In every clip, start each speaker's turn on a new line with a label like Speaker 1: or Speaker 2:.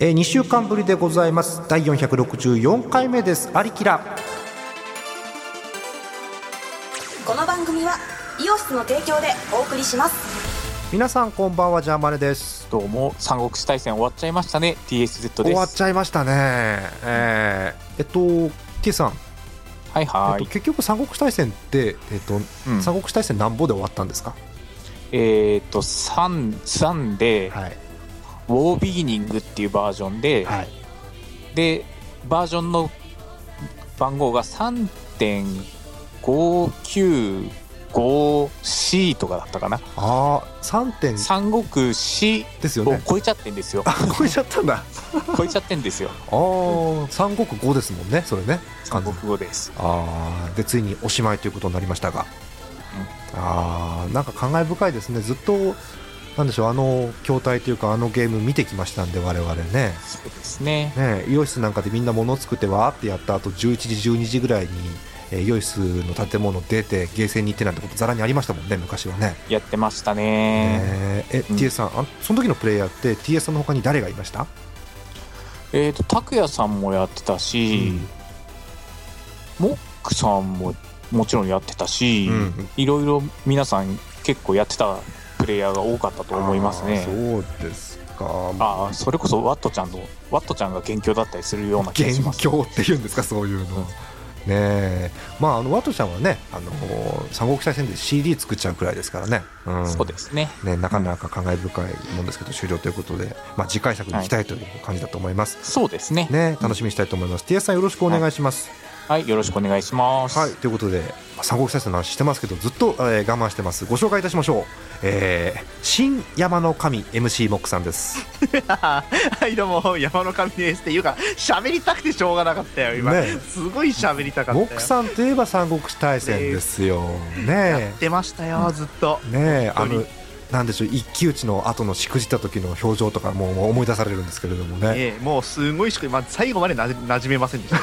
Speaker 1: えー、2週間ぶりでございます第464回目です「アリキラ
Speaker 2: この番組はイオシスの提供でお送りします」
Speaker 1: 皆さんこんばんはジャーマネです
Speaker 3: どうも三国志大戦終わっちゃいましたね TSZ
Speaker 1: 終
Speaker 3: で
Speaker 1: わっ
Speaker 3: す
Speaker 1: ちゃいましたねえーえっと K さん、
Speaker 3: はいは
Speaker 1: えっ
Speaker 3: い
Speaker 1: と、結局三国志大戦って、えっと
Speaker 3: うん
Speaker 1: 三国志大戦なんぼで終わったんですか、
Speaker 3: えっ、と三三で、
Speaker 1: はい
Speaker 3: ウォービーニングっていうバージョンで、
Speaker 1: はい
Speaker 3: でバージョンの番号が3.595C とかだったかな
Speaker 1: ああ3点
Speaker 3: 三国志
Speaker 1: ですよ
Speaker 3: を
Speaker 1: ね
Speaker 3: 超えちゃってん ですよ
Speaker 1: 超えちゃったんだあ
Speaker 3: 超えちゃってんですよ
Speaker 1: あ三国五ですもんねそれね
Speaker 3: 三国語です
Speaker 1: あーでついにおしまいということになりましたが、あーなんか感慨深いですねずっとなんでしょうあの筐体というかあのゲーム見てきましたんで我々ね
Speaker 3: そうですね
Speaker 1: ねイオシスなんかでみんな物を作ってわーってやった後11時12時ぐらいに、えーイオシスの建物出てゲーセンに行ってなんてことざらにありましたもんね昔はね
Speaker 3: やってましたね
Speaker 1: ねえ
Speaker 3: うん
Speaker 1: TS さんあその時のプレイヤーって TS さんの他に誰がいました
Speaker 3: えっ、と拓也さんもやってたし、モックさんももちろんやってたし、
Speaker 1: うん
Speaker 3: いろいろ皆さん結構やってたプレイヤーが多かったと思います
Speaker 1: あ
Speaker 3: ね
Speaker 1: ーそうですか
Speaker 3: ああそれこそワットちゃんのワットちゃんが元凶だったりするような気が
Speaker 1: 元
Speaker 3: します
Speaker 1: 凶っていうんですか そういうの。ねえまああのワトちゃんはねあの三国志大戦で CD 作っちゃうくらいですからね、うん、
Speaker 3: そうですね
Speaker 1: ねなかなか感慨深いもんですけど終了ということで、まあ、次回作に行きたいという感じだと思います、
Speaker 3: そうですね
Speaker 1: ね楽しみにしたいと思います TS さんよろしくお願いします、
Speaker 3: はいよろしくお願いします、
Speaker 1: はい、ということで、まあ三国志大戦の話してますけど、ずっと、えー我慢してます。ご紹介いたしましょう。えー新山の神 MC モックさんです。
Speaker 4: はいどうも山の神ですっていうか喋りたくてしょうがなかったよ今、
Speaker 1: ね
Speaker 4: すごい喋りたかったよ
Speaker 1: モックさんといえば三国志大戦ですよ。ね
Speaker 4: やってましたよずっと、
Speaker 1: ねえあ
Speaker 4: 本当に
Speaker 1: のなんでしょう一騎打ちの後のしくじった時の表情とかももう思い出されるんですけれどもね。
Speaker 4: ええもうすごいしく、まあ、最後までなじ馴染めませんでした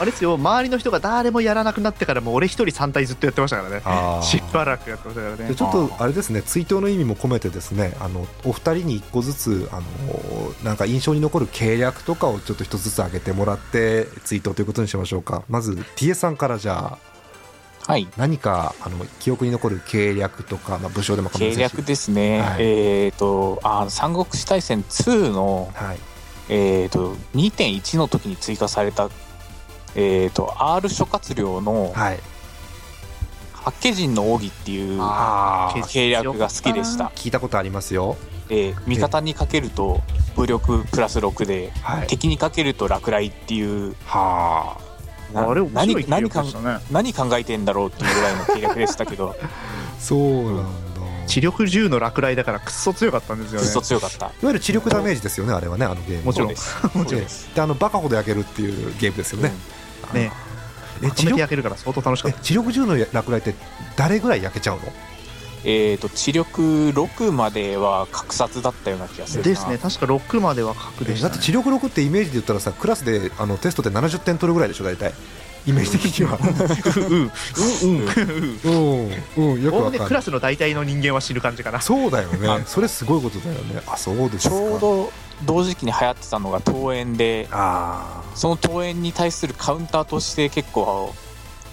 Speaker 4: あれですよ周りの人が誰もやらなくなってからもう俺一人3体ずっとやってましたからね
Speaker 1: あー
Speaker 4: し ばらくやってましたから
Speaker 1: で
Speaker 4: ね
Speaker 1: ちょっとあれですね追悼の意味も込めてですねあのお二人に一個ずつあのなんか印象に残る計略とかをちょっと一つずつ挙げてもらって追悼ということにしましょうかまず TA さんからじゃあ
Speaker 3: はい
Speaker 1: 何かあの記憶に残る計略とか、まあ、武将でも構いま
Speaker 3: 計
Speaker 1: せんし
Speaker 3: 略ですね、
Speaker 1: はい
Speaker 3: えっ、とあ三国志大戦2の
Speaker 1: はい
Speaker 3: えー、と2.1の時に追加された、えー、と R 諸葛亮の
Speaker 1: はい
Speaker 3: 八景神の奥義っていう
Speaker 1: あ
Speaker 4: ー
Speaker 1: あ
Speaker 3: 計略が好きでした、
Speaker 1: 聞いたことありますよ
Speaker 3: えー味方にかけると武力プラス6で、
Speaker 1: はい
Speaker 3: 敵にかけると落雷っていう
Speaker 1: は
Speaker 3: な
Speaker 4: あれ面白
Speaker 3: 何
Speaker 4: い記
Speaker 3: 何
Speaker 4: 憶
Speaker 3: か
Speaker 4: でしたね
Speaker 3: 何考えてんだろうっていうぐらいの計略でしたけど
Speaker 1: あそうなんだ
Speaker 4: 知力10の落雷だからくっそ強かったんですよ
Speaker 3: ずっと
Speaker 4: ね
Speaker 3: 強かった
Speaker 1: いわゆる知力ダメージですよね、あれはね、あのゲーム。
Speaker 4: もちろん
Speaker 3: そうです
Speaker 4: も
Speaker 3: そうです
Speaker 1: で、あのバカほど焼けるっていうゲームですよね。
Speaker 4: ね
Speaker 1: え、
Speaker 4: 止
Speaker 1: 知
Speaker 4: めて
Speaker 1: 力
Speaker 4: 焼、けるから相当楽しかっ
Speaker 1: え
Speaker 4: た、
Speaker 1: 知力10の落雷って、誰ぐらい焼けちゃうの。
Speaker 3: えー、と知力6までは格殺だったような気がするな
Speaker 4: ですね確か6までは角でし
Speaker 1: だっ
Speaker 4: た、
Speaker 1: て
Speaker 4: ね、
Speaker 1: 知力6ってイメージで言ったらさ、クラスで、あのテストで70点取るぐらいでしょ、大体。イメージ的には。うん、うん、うん、よく
Speaker 4: おお
Speaker 1: わ
Speaker 4: むね
Speaker 1: か
Speaker 4: ク
Speaker 1: る
Speaker 4: ラ。スの大体の人間は死ぬ感じかな
Speaker 1: そうだよね
Speaker 3: あ。
Speaker 1: それすごいことだよね。あ、そうです
Speaker 3: ち
Speaker 1: か。
Speaker 3: ょう。ど同時期に流行ってたのが桃園で
Speaker 1: あ
Speaker 3: その登園に対するカウンターとして結構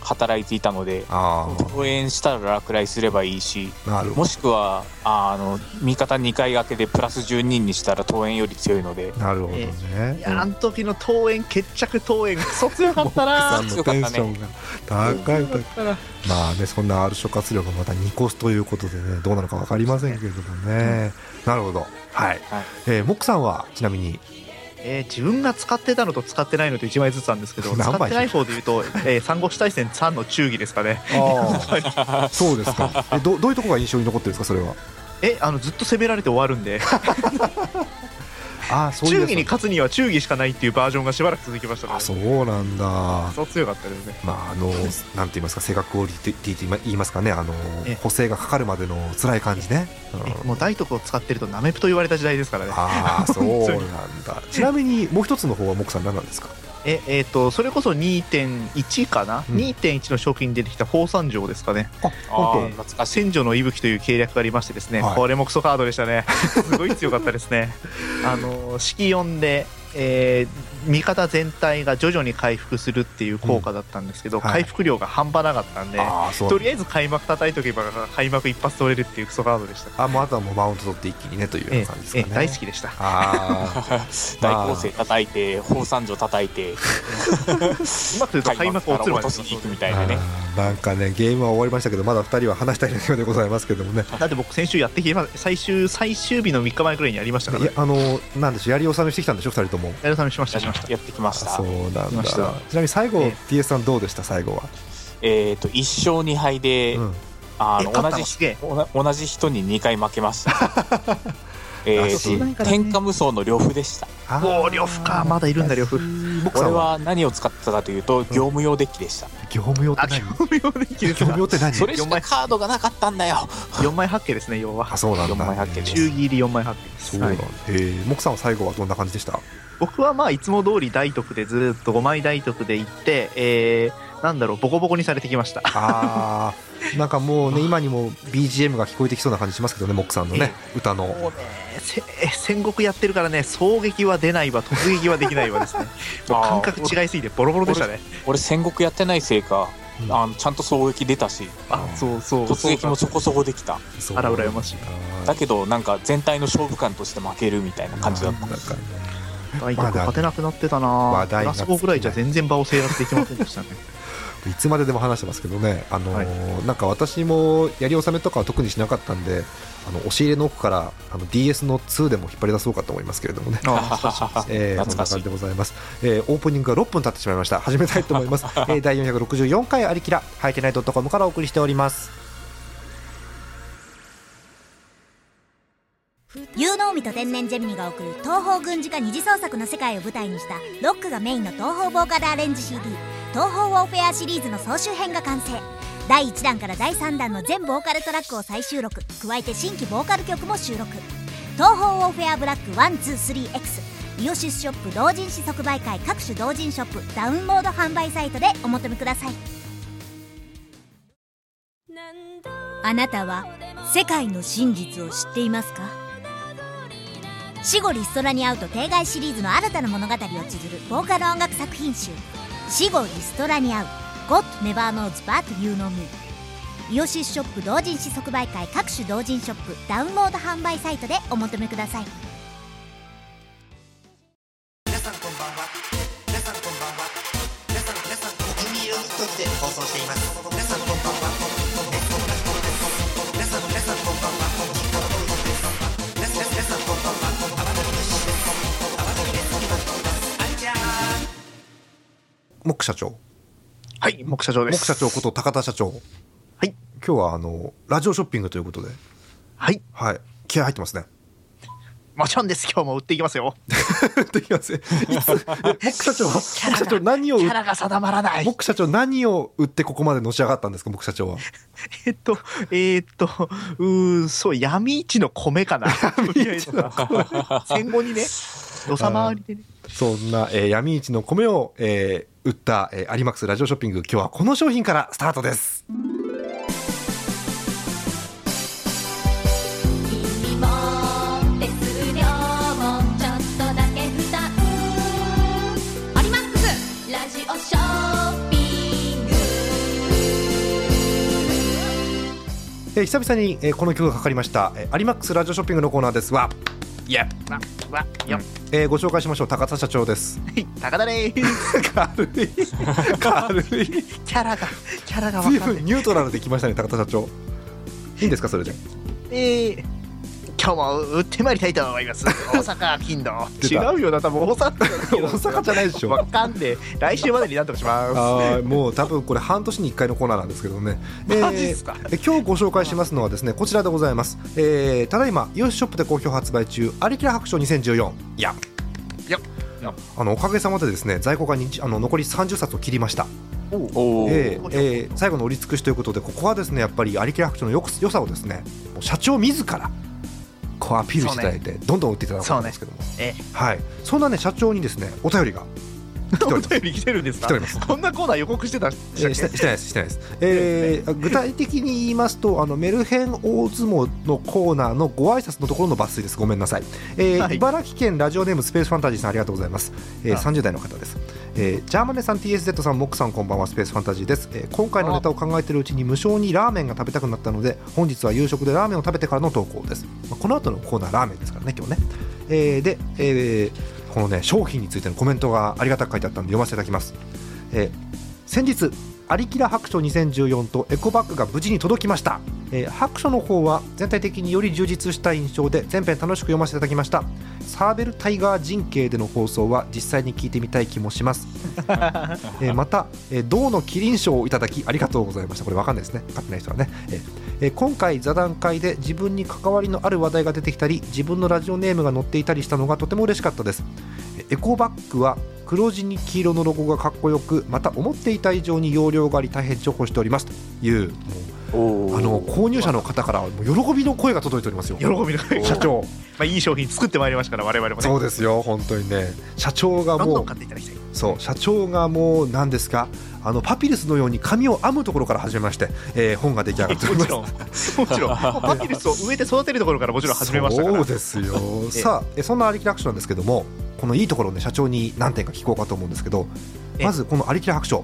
Speaker 3: 働いていたので
Speaker 1: あ。あ
Speaker 3: 登園したら落雷すればいいし
Speaker 1: あ。なるほ
Speaker 3: もしくはあの味方2回掛けでプラス12にしたら登園より強いので
Speaker 1: ど。なるほど
Speaker 4: い
Speaker 1: ね。
Speaker 4: やあの時の登園決着登園クソ強かっ
Speaker 1: さ
Speaker 4: たなん
Speaker 1: のテンションが高い高い。まあね、そんな R 諸活力がまた2コスということでね、どうなのか分かりませんけれどもね。なるほど。はい。
Speaker 3: はい
Speaker 1: えー、モックさんは、ちなみに、
Speaker 4: えー自分が使ってたのと使ってないのと1枚ずつなんですけど
Speaker 1: 何
Speaker 4: 使
Speaker 1: 枚
Speaker 4: ってない方で言うと、えー、三国志大戦3の忠義ですかね
Speaker 1: そうですか。えど、どういうところが印象に残ってるんですか、それは。
Speaker 4: えあのずっと攻められて終わるんで
Speaker 1: ああ、そうい
Speaker 4: 忠
Speaker 1: う。
Speaker 4: 義に勝つには忠義しかないっていうバージョンがしばらく続きましたから、
Speaker 1: あ、
Speaker 4: ね、
Speaker 1: そうなんだ。ま
Speaker 4: そう強かったですね
Speaker 1: あ、あの、なんて言いますか、性格をリティと言いますかね、あの
Speaker 4: ええ、
Speaker 1: 補正がかかるまでの辛い感じね。うん
Speaker 4: えもう大徳を使ってるとナメプと言われた時代ですからね
Speaker 1: ああ、そう
Speaker 4: に
Speaker 1: なんだ。ちなみに、もう一つの方はモックさん何なんですか
Speaker 4: ええーとそれこそ2.1かな、
Speaker 1: うん
Speaker 4: 2.1の賞金に出てきた宝三条ですかね
Speaker 1: あ
Speaker 3: あー
Speaker 1: 本
Speaker 3: 懐かしい
Speaker 4: 千条の息吹という計略がありましてですね、
Speaker 1: はい
Speaker 4: これもクソカードでしたねすごい強かったですねあの式4で、えー味方全体が徐々に回復するっていう効果だったんですけど、
Speaker 1: うんはい
Speaker 4: 回復量が半端なかったんで、
Speaker 1: 当ああそう
Speaker 4: とりあえず開幕叩いとけば開幕一発取れるっていうクソカードでした、
Speaker 1: あもうあとはもうマウント取って一気にねというような感じですか
Speaker 4: え
Speaker 1: ね
Speaker 4: え、大好きでした
Speaker 1: あ
Speaker 3: 大構成叩いて宝山城叩いて
Speaker 4: うまく言うと開幕を落ちるま
Speaker 3: 落
Speaker 4: で
Speaker 3: としに行くみた
Speaker 1: ー
Speaker 3: いなね
Speaker 1: あーなんかねゲームは終わりましたけどまだ2人は話したいようでございますけどもね
Speaker 4: だって僕先週やってきま最終最終日の3日前くらいにやりましたから
Speaker 1: いや
Speaker 4: ね
Speaker 1: あのなんでしょうやり納めしてきたんでしょ2人とも
Speaker 4: やるさめしましたしました
Speaker 3: やってきました
Speaker 1: そうなんだ
Speaker 4: 来ま
Speaker 1: ち
Speaker 4: した
Speaker 1: なみに最後
Speaker 4: ええ
Speaker 1: TS さんどうでした最後は、
Speaker 3: えっ、と1勝2敗で、
Speaker 1: うん
Speaker 3: あ
Speaker 4: え
Speaker 3: の
Speaker 4: 勝った
Speaker 3: 同
Speaker 4: の
Speaker 3: じ
Speaker 4: すげえ
Speaker 3: おな同じ人に2回負けましたえ
Speaker 1: あそう
Speaker 3: ー
Speaker 1: な
Speaker 3: と、
Speaker 4: んかね
Speaker 3: 天下無双の呂布でした
Speaker 1: あー
Speaker 4: おお呂布かまだいるんだ呂布
Speaker 1: 僕
Speaker 3: こ
Speaker 1: さ
Speaker 3: れ
Speaker 1: んは
Speaker 3: は何を使ったかというと業務用デッキでした、
Speaker 1: 業務用って
Speaker 4: あ
Speaker 1: 何
Speaker 4: 業務用でき
Speaker 1: 業
Speaker 4: る
Speaker 1: 務用って何
Speaker 3: それしかカードがなかったんだよ
Speaker 4: 4枚八景ですね要は
Speaker 1: あそうなんだ
Speaker 3: 4枚発見です
Speaker 4: 中切り4枚八景です
Speaker 1: そうなん
Speaker 4: は
Speaker 1: だ、
Speaker 4: い
Speaker 1: えー、木さんは最後はどんな感じでした
Speaker 4: 僕はまあいつも通り大徳でずっと5枚大徳で行ってえーなんだろうボコボコにされてきました
Speaker 1: あ ーなんかもうね今にも BGM が聞こえてきそうな感じしますけどね木さんのね、歌の
Speaker 4: もうねせ戦国やってるからね衝撃は出ないわ突撃はできないわです ねもう感覚違いすぎてボロボロでしたね
Speaker 3: 俺戦国やってないせいか、
Speaker 1: うん
Speaker 3: あのちゃんと衝撃出たし
Speaker 4: あそうそう
Speaker 3: 突撃もそこそこできた
Speaker 1: そう
Speaker 4: あら羨ましい
Speaker 1: あー
Speaker 3: だけどなんか全体の勝負感として負けるみたいな感じだった
Speaker 1: なんかね
Speaker 4: 大徳勝てなくなってたな
Speaker 1: 話
Speaker 4: ぁプ
Speaker 1: 題が尽きな
Speaker 4: ラス
Speaker 1: い
Speaker 4: 5ぐらいじゃ全然場を制圧できませんで したね
Speaker 1: いつまででも話してますけどね、あのーなんか私もやり納めとかは特にしなかったんで、あの押し入れの奥からあの DS の2でも引っ張り出そうかと思いますけれどもね。
Speaker 4: ああ
Speaker 1: えー、そ
Speaker 3: 懐
Speaker 1: んな
Speaker 3: かし
Speaker 1: 感じ
Speaker 3: い
Speaker 1: でございます、えーオープニングが6分経ってしまいました始めたいと思います、えー、第464回ありきらはいてない .com からお送りしております
Speaker 5: 有能美と天然ジェミニが送る東方軍事化二次創作の世界を舞台にしたロックがメインの東方ボーカルアレンジ CD「東方ウォーフェア」シリーズの総集編が完成第1弾から第3弾の全ボーカルトラックを再収録加えて新規ボーカル曲も収録東方ウォーフェアブラック 123X イオシスショップ同人誌即売会各種同人ショップダウンロード販売サイトでお求めくださいあなたは世界の真実を知っていますか死後リストラに会うと定外シリーズの新たな物語を綴るボーカル音楽作品集「死後リストラに会う God Never Knows But You Know Me」イオシスショップ同人誌即売会各種同人ショップダウンロード販売サイトでお求めください
Speaker 6: 皆さんこんばんは皆さんこんばんは皆さん皆さん国民をとして放送しています皆さんこんばんは皆さん皆さんこんばんは皆さん皆さんこんばんはあばとりですあばとりですあんちゃーん
Speaker 1: 木社長
Speaker 4: はい木社長で
Speaker 1: 木
Speaker 4: す
Speaker 1: 社長こと高田社長
Speaker 4: はい
Speaker 1: 今日はあのラジオショッピングということで
Speaker 4: はい
Speaker 1: はい気合入ってますね
Speaker 4: もちろんです今日も売っていきますよ
Speaker 1: できませんいつえ木社長は木社長何を売
Speaker 4: キ
Speaker 1: っ
Speaker 4: ャラが定まらない
Speaker 1: 木社長何を売ってここまでのし上がったんですか木社長は
Speaker 4: えっと、えーっと、うーそう、闇市の米かな。とりあえず戦後にね、土佐回りでね。
Speaker 1: そんな、えー闇市の米を、えー売った、えー、アリマックスラジオショッピング今日はこの商品からスタートです
Speaker 7: 君も手数料もちょっとだけ負担アリマックスラジオショッピング
Speaker 1: えー久々に、えーこの曲がかかりました、えーアリマックスラジオショッピングのコーナーですわ、
Speaker 4: わ、わ、よ、
Speaker 1: えーご紹介しましょう高田社長です
Speaker 4: はい、高田でーす。
Speaker 1: 軽い軽 い
Speaker 4: キャラが、キャラがわ
Speaker 1: 随
Speaker 4: かんな
Speaker 1: 分
Speaker 4: い。
Speaker 1: ニュートラルできましたね高田社長いいんですかそれで
Speaker 4: えー今日も売ってまいりたいと思います。大阪金土。
Speaker 1: 出た
Speaker 4: 違うよな、多分大阪。
Speaker 1: 大阪じゃないでしょ
Speaker 4: わかんねえ。来週までになんとかしま
Speaker 1: あーもう多分これ半年に1回のコーナーなんですけどね、え
Speaker 4: マジっすか
Speaker 1: え今日ご紹介しますのはですねこちらでございます、えーただいまイオシショップで好評発売中「アリキラ白書2014」いや
Speaker 4: いやいや
Speaker 1: あのおかげさまでですね在庫がにあの残り30冊を切りました、
Speaker 3: おお、
Speaker 1: えーえー最後の売り尽くしということでここはですねやっぱりアリキラ白書のよく良さをですねもう社長自らこうアピールしていただいて、どんどん売っていただこうと思いますけども、
Speaker 4: ええ
Speaker 1: はい、そんなね社長にですねお便りがてお
Speaker 4: お
Speaker 1: ります
Speaker 4: 便り来てるんです
Speaker 1: 来
Speaker 4: か
Speaker 1: ております
Speaker 4: こんなコーナー予告してたっ
Speaker 1: えーしてしてないです、してないです。えー具体的に言いますと、あのメルヘン大相撲のコーナーのご挨拶のところの抜粋です。ごめんなさい。えー
Speaker 4: はい
Speaker 1: 茨城県ラジオネームスペースファンタジーさんありがとうございます。えー、
Speaker 4: あ
Speaker 1: 30代の方です。えージャーマネさん、TSZ さん、モックさん、こんばんは。スペースファンタジーです。えー今回のネタを考えているうちに無性にラーメンが食べたくなったので、本日は夕食でラーメンを食べてからの投稿です。まあこの後のコーナーラーメンですからね、今日ね。えーで、えーこのね商品についてのコメントがありがたく書いてあったんで読ませていただきます。えー先日アリキラ白書2014とエコバッグが無事に届きました、えー白書の方は全体的により充実した印象で全編楽しく読ませていただきましたサーベルタイガー陣形での放送は実際に聞いてみたい気もし ます、えーまた、えー銅のキリン賞をいただきありがとうございましたこれわかんないですね分かってない人はね、えーえー今回座談会で自分に関わりのある話題が出てきたり自分のラジオネームが載っていたりしたのがとても嬉しかったですエコバッグは黒地に黄色のロゴがかっこよくまた思っていた以上に容量があり大変重宝しておりますというもうあの購入者の方からもう喜びの声が届いておりますよ
Speaker 4: 喜びの会
Speaker 1: 社
Speaker 4: 社長、
Speaker 1: 長
Speaker 4: まあ、いい商品作ってまいりましたから我々もね
Speaker 1: そうですよ本当にね社長が
Speaker 4: どん
Speaker 1: も
Speaker 4: ど
Speaker 1: うん
Speaker 4: 買っていただきたい
Speaker 1: そう社長がもう何ですかあのパピルスのように紙を編むところから始めまして、えー本が出来上がっており
Speaker 4: も
Speaker 1: ま
Speaker 4: ち
Speaker 1: す
Speaker 4: ろん、も ちろん、パピルスを植えて育てるところからもちろん始めましたから、
Speaker 1: そうですよ
Speaker 4: ええ
Speaker 1: さあえそんなアリキラ白書なんですけどもこのいいところをね社長に何点か聞こうかと思うんですけど
Speaker 4: ええ
Speaker 1: まずこのアリキラ白書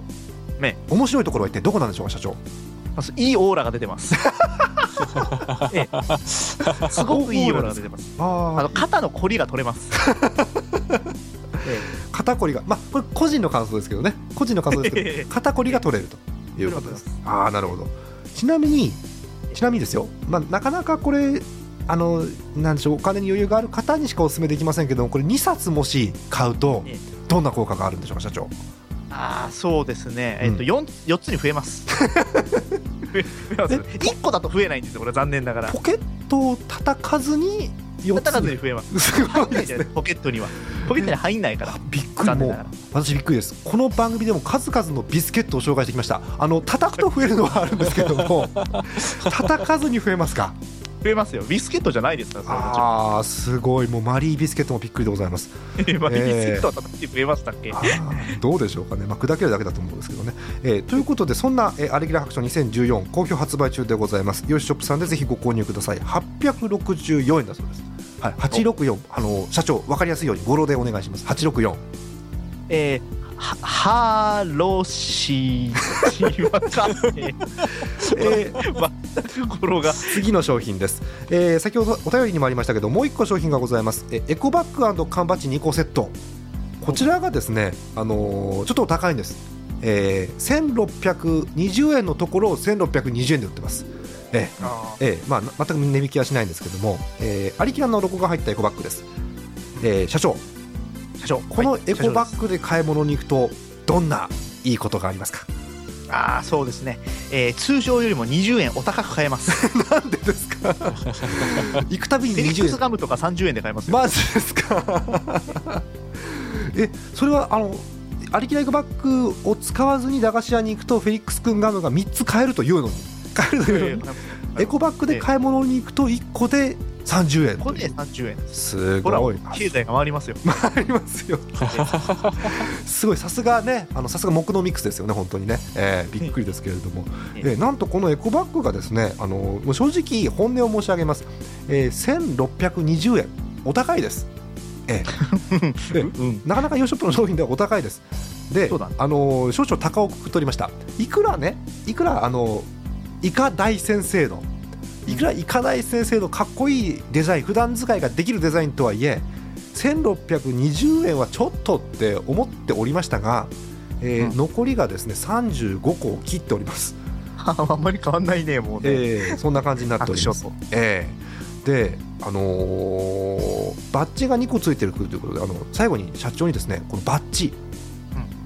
Speaker 4: ね
Speaker 1: 面白いところは一体どこなんでしょうか社長
Speaker 4: まずいいオーラが出 てます。ええすごくいいオーラが出てます。あ
Speaker 1: あ
Speaker 4: の肩の凝りが取れ ます。え
Speaker 1: 肩こりがまあこれ個人の感想ですけどね個人の感想です けど肩こりが取れるということですああなるほどちなみにちなみにですよ、まあ、なかなかこれあのなんでしょうお金に余裕がある方にしかお勧めできませんけどもこれ2冊もし買うと
Speaker 4: ええ
Speaker 1: どんな効果があるんでしょうか社長
Speaker 4: えああ、そうですね。えっ、
Speaker 1: う
Speaker 4: と、
Speaker 1: ん
Speaker 4: 四、四つに増 えます。増え増えます。一個だと増えないんですよ。これ残念ながら。
Speaker 1: ポケットを叩かずに4
Speaker 4: 叩か
Speaker 1: つ
Speaker 4: ず
Speaker 1: に
Speaker 4: に増えます。
Speaker 1: すご
Speaker 4: 入
Speaker 1: い
Speaker 4: んない
Speaker 1: で
Speaker 4: じ
Speaker 1: す
Speaker 4: ゃ
Speaker 1: ね
Speaker 4: ないポケットには。ポケットに入んないから。
Speaker 1: びっくり
Speaker 4: 残
Speaker 1: も
Speaker 4: 念
Speaker 1: う
Speaker 4: ながら。
Speaker 1: 私びっくりですこの番組でも数々のビスケットを紹介してきましたあの叩くと増えるのはあるんですけど も叩かずに増えますか
Speaker 4: 増えますよ。ビスケットじゃないですから、それはもちろん
Speaker 1: あーすごいもうマリービスケットもびっくりでございます
Speaker 4: ええまあビスケットは叩いて増えましたっけ。
Speaker 1: あーどうでしょうかね、まあ、砕けるだけだと思うんですけどね、えーということでそんな、えーアレギュラ白書2014好評発売中でございますヨシショップさんでぜひご購入ください864円だそうですはい、864あの社長わかりやすいように語呂でお願いします864
Speaker 4: えー、はハロシーわかんねえ全く語呂 が
Speaker 1: 次の商品です、えー先ほどお便りにもありましたけどもう一個商品がございます、えーエコバッグ缶バッジ2個セットこちらがですね、あのーちょっとお高いんです、えー1620円のところを1620円で売ってますえーえーまあ、な全く値引きはしないんですけども、えー、アリキラのロゴが入ったエコバッグです、えー社長
Speaker 4: 社長
Speaker 1: この
Speaker 4: はい
Speaker 1: エコバ
Speaker 4: 社長
Speaker 1: ッグで買い物に行くとどんないいことがありますか
Speaker 4: ですああそうですね、えー、通常よりも20円お高く買えます
Speaker 1: なんでですか 行くたびに
Speaker 4: フェニック
Speaker 1: 20
Speaker 4: ス
Speaker 1: 円
Speaker 4: ガムとか30円で買えますよ、
Speaker 1: マジですか えそれはあのアリキライクバッグを使わずに駄菓子屋に行くとフェリックス君ガムが3つ買えるというのに買えるというのに、 エコバッグで買い物に行くと1個で30円
Speaker 4: これで30円
Speaker 1: す
Speaker 4: ほら
Speaker 1: ごいな
Speaker 4: 経済が回りますよ
Speaker 1: ありますよ すごいさすがねあのさすが木のミックスですよね本当にね、えーびっくりですけれども、え
Speaker 4: え
Speaker 1: ーなんとこのエコバッグがですねあのもう正直本音を申し上げます、えー1620円お高いです、えーで
Speaker 4: うん
Speaker 1: なかなかヨショップの商品ではお高いです。で、
Speaker 4: そうだね
Speaker 1: あのー少々高をくくっておりました。いくらね、いくらあのーイカ大先生のいくらイカ大先生のかっこいいデザイン、普段使いができるデザインとはいえ、1620円はちょっとって思っておりましたが、えー
Speaker 4: うん
Speaker 1: 残りがですね35個を切っております。
Speaker 4: あんまり変わんないねもうね、
Speaker 1: えーそんな感じになっております
Speaker 4: 各。
Speaker 1: えーで、あのーバッジが2個ついてるということであの最後に社長にですねこのバッジ、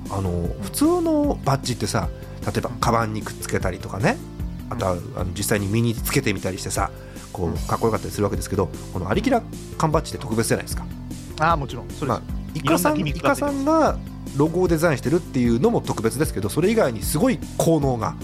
Speaker 1: あのー普通のバッジってさ例えば
Speaker 4: うん
Speaker 1: カバンにくっつけたりとかねあとはあの実際に身につけてみたりしてさこ
Speaker 4: うん
Speaker 1: うかっこよかったりするわけですけどこのアリキラ缶バッジって特別じゃないですか。
Speaker 4: ああもちろんそれ、
Speaker 1: まあイカさん
Speaker 4: いろんな
Speaker 1: イ
Speaker 4: ギミックが
Speaker 1: カ
Speaker 4: ついて
Speaker 1: さ
Speaker 4: ます
Speaker 1: んがロゴをデザインしてるっていうのも特別ですけどそれ以外にすごい効能が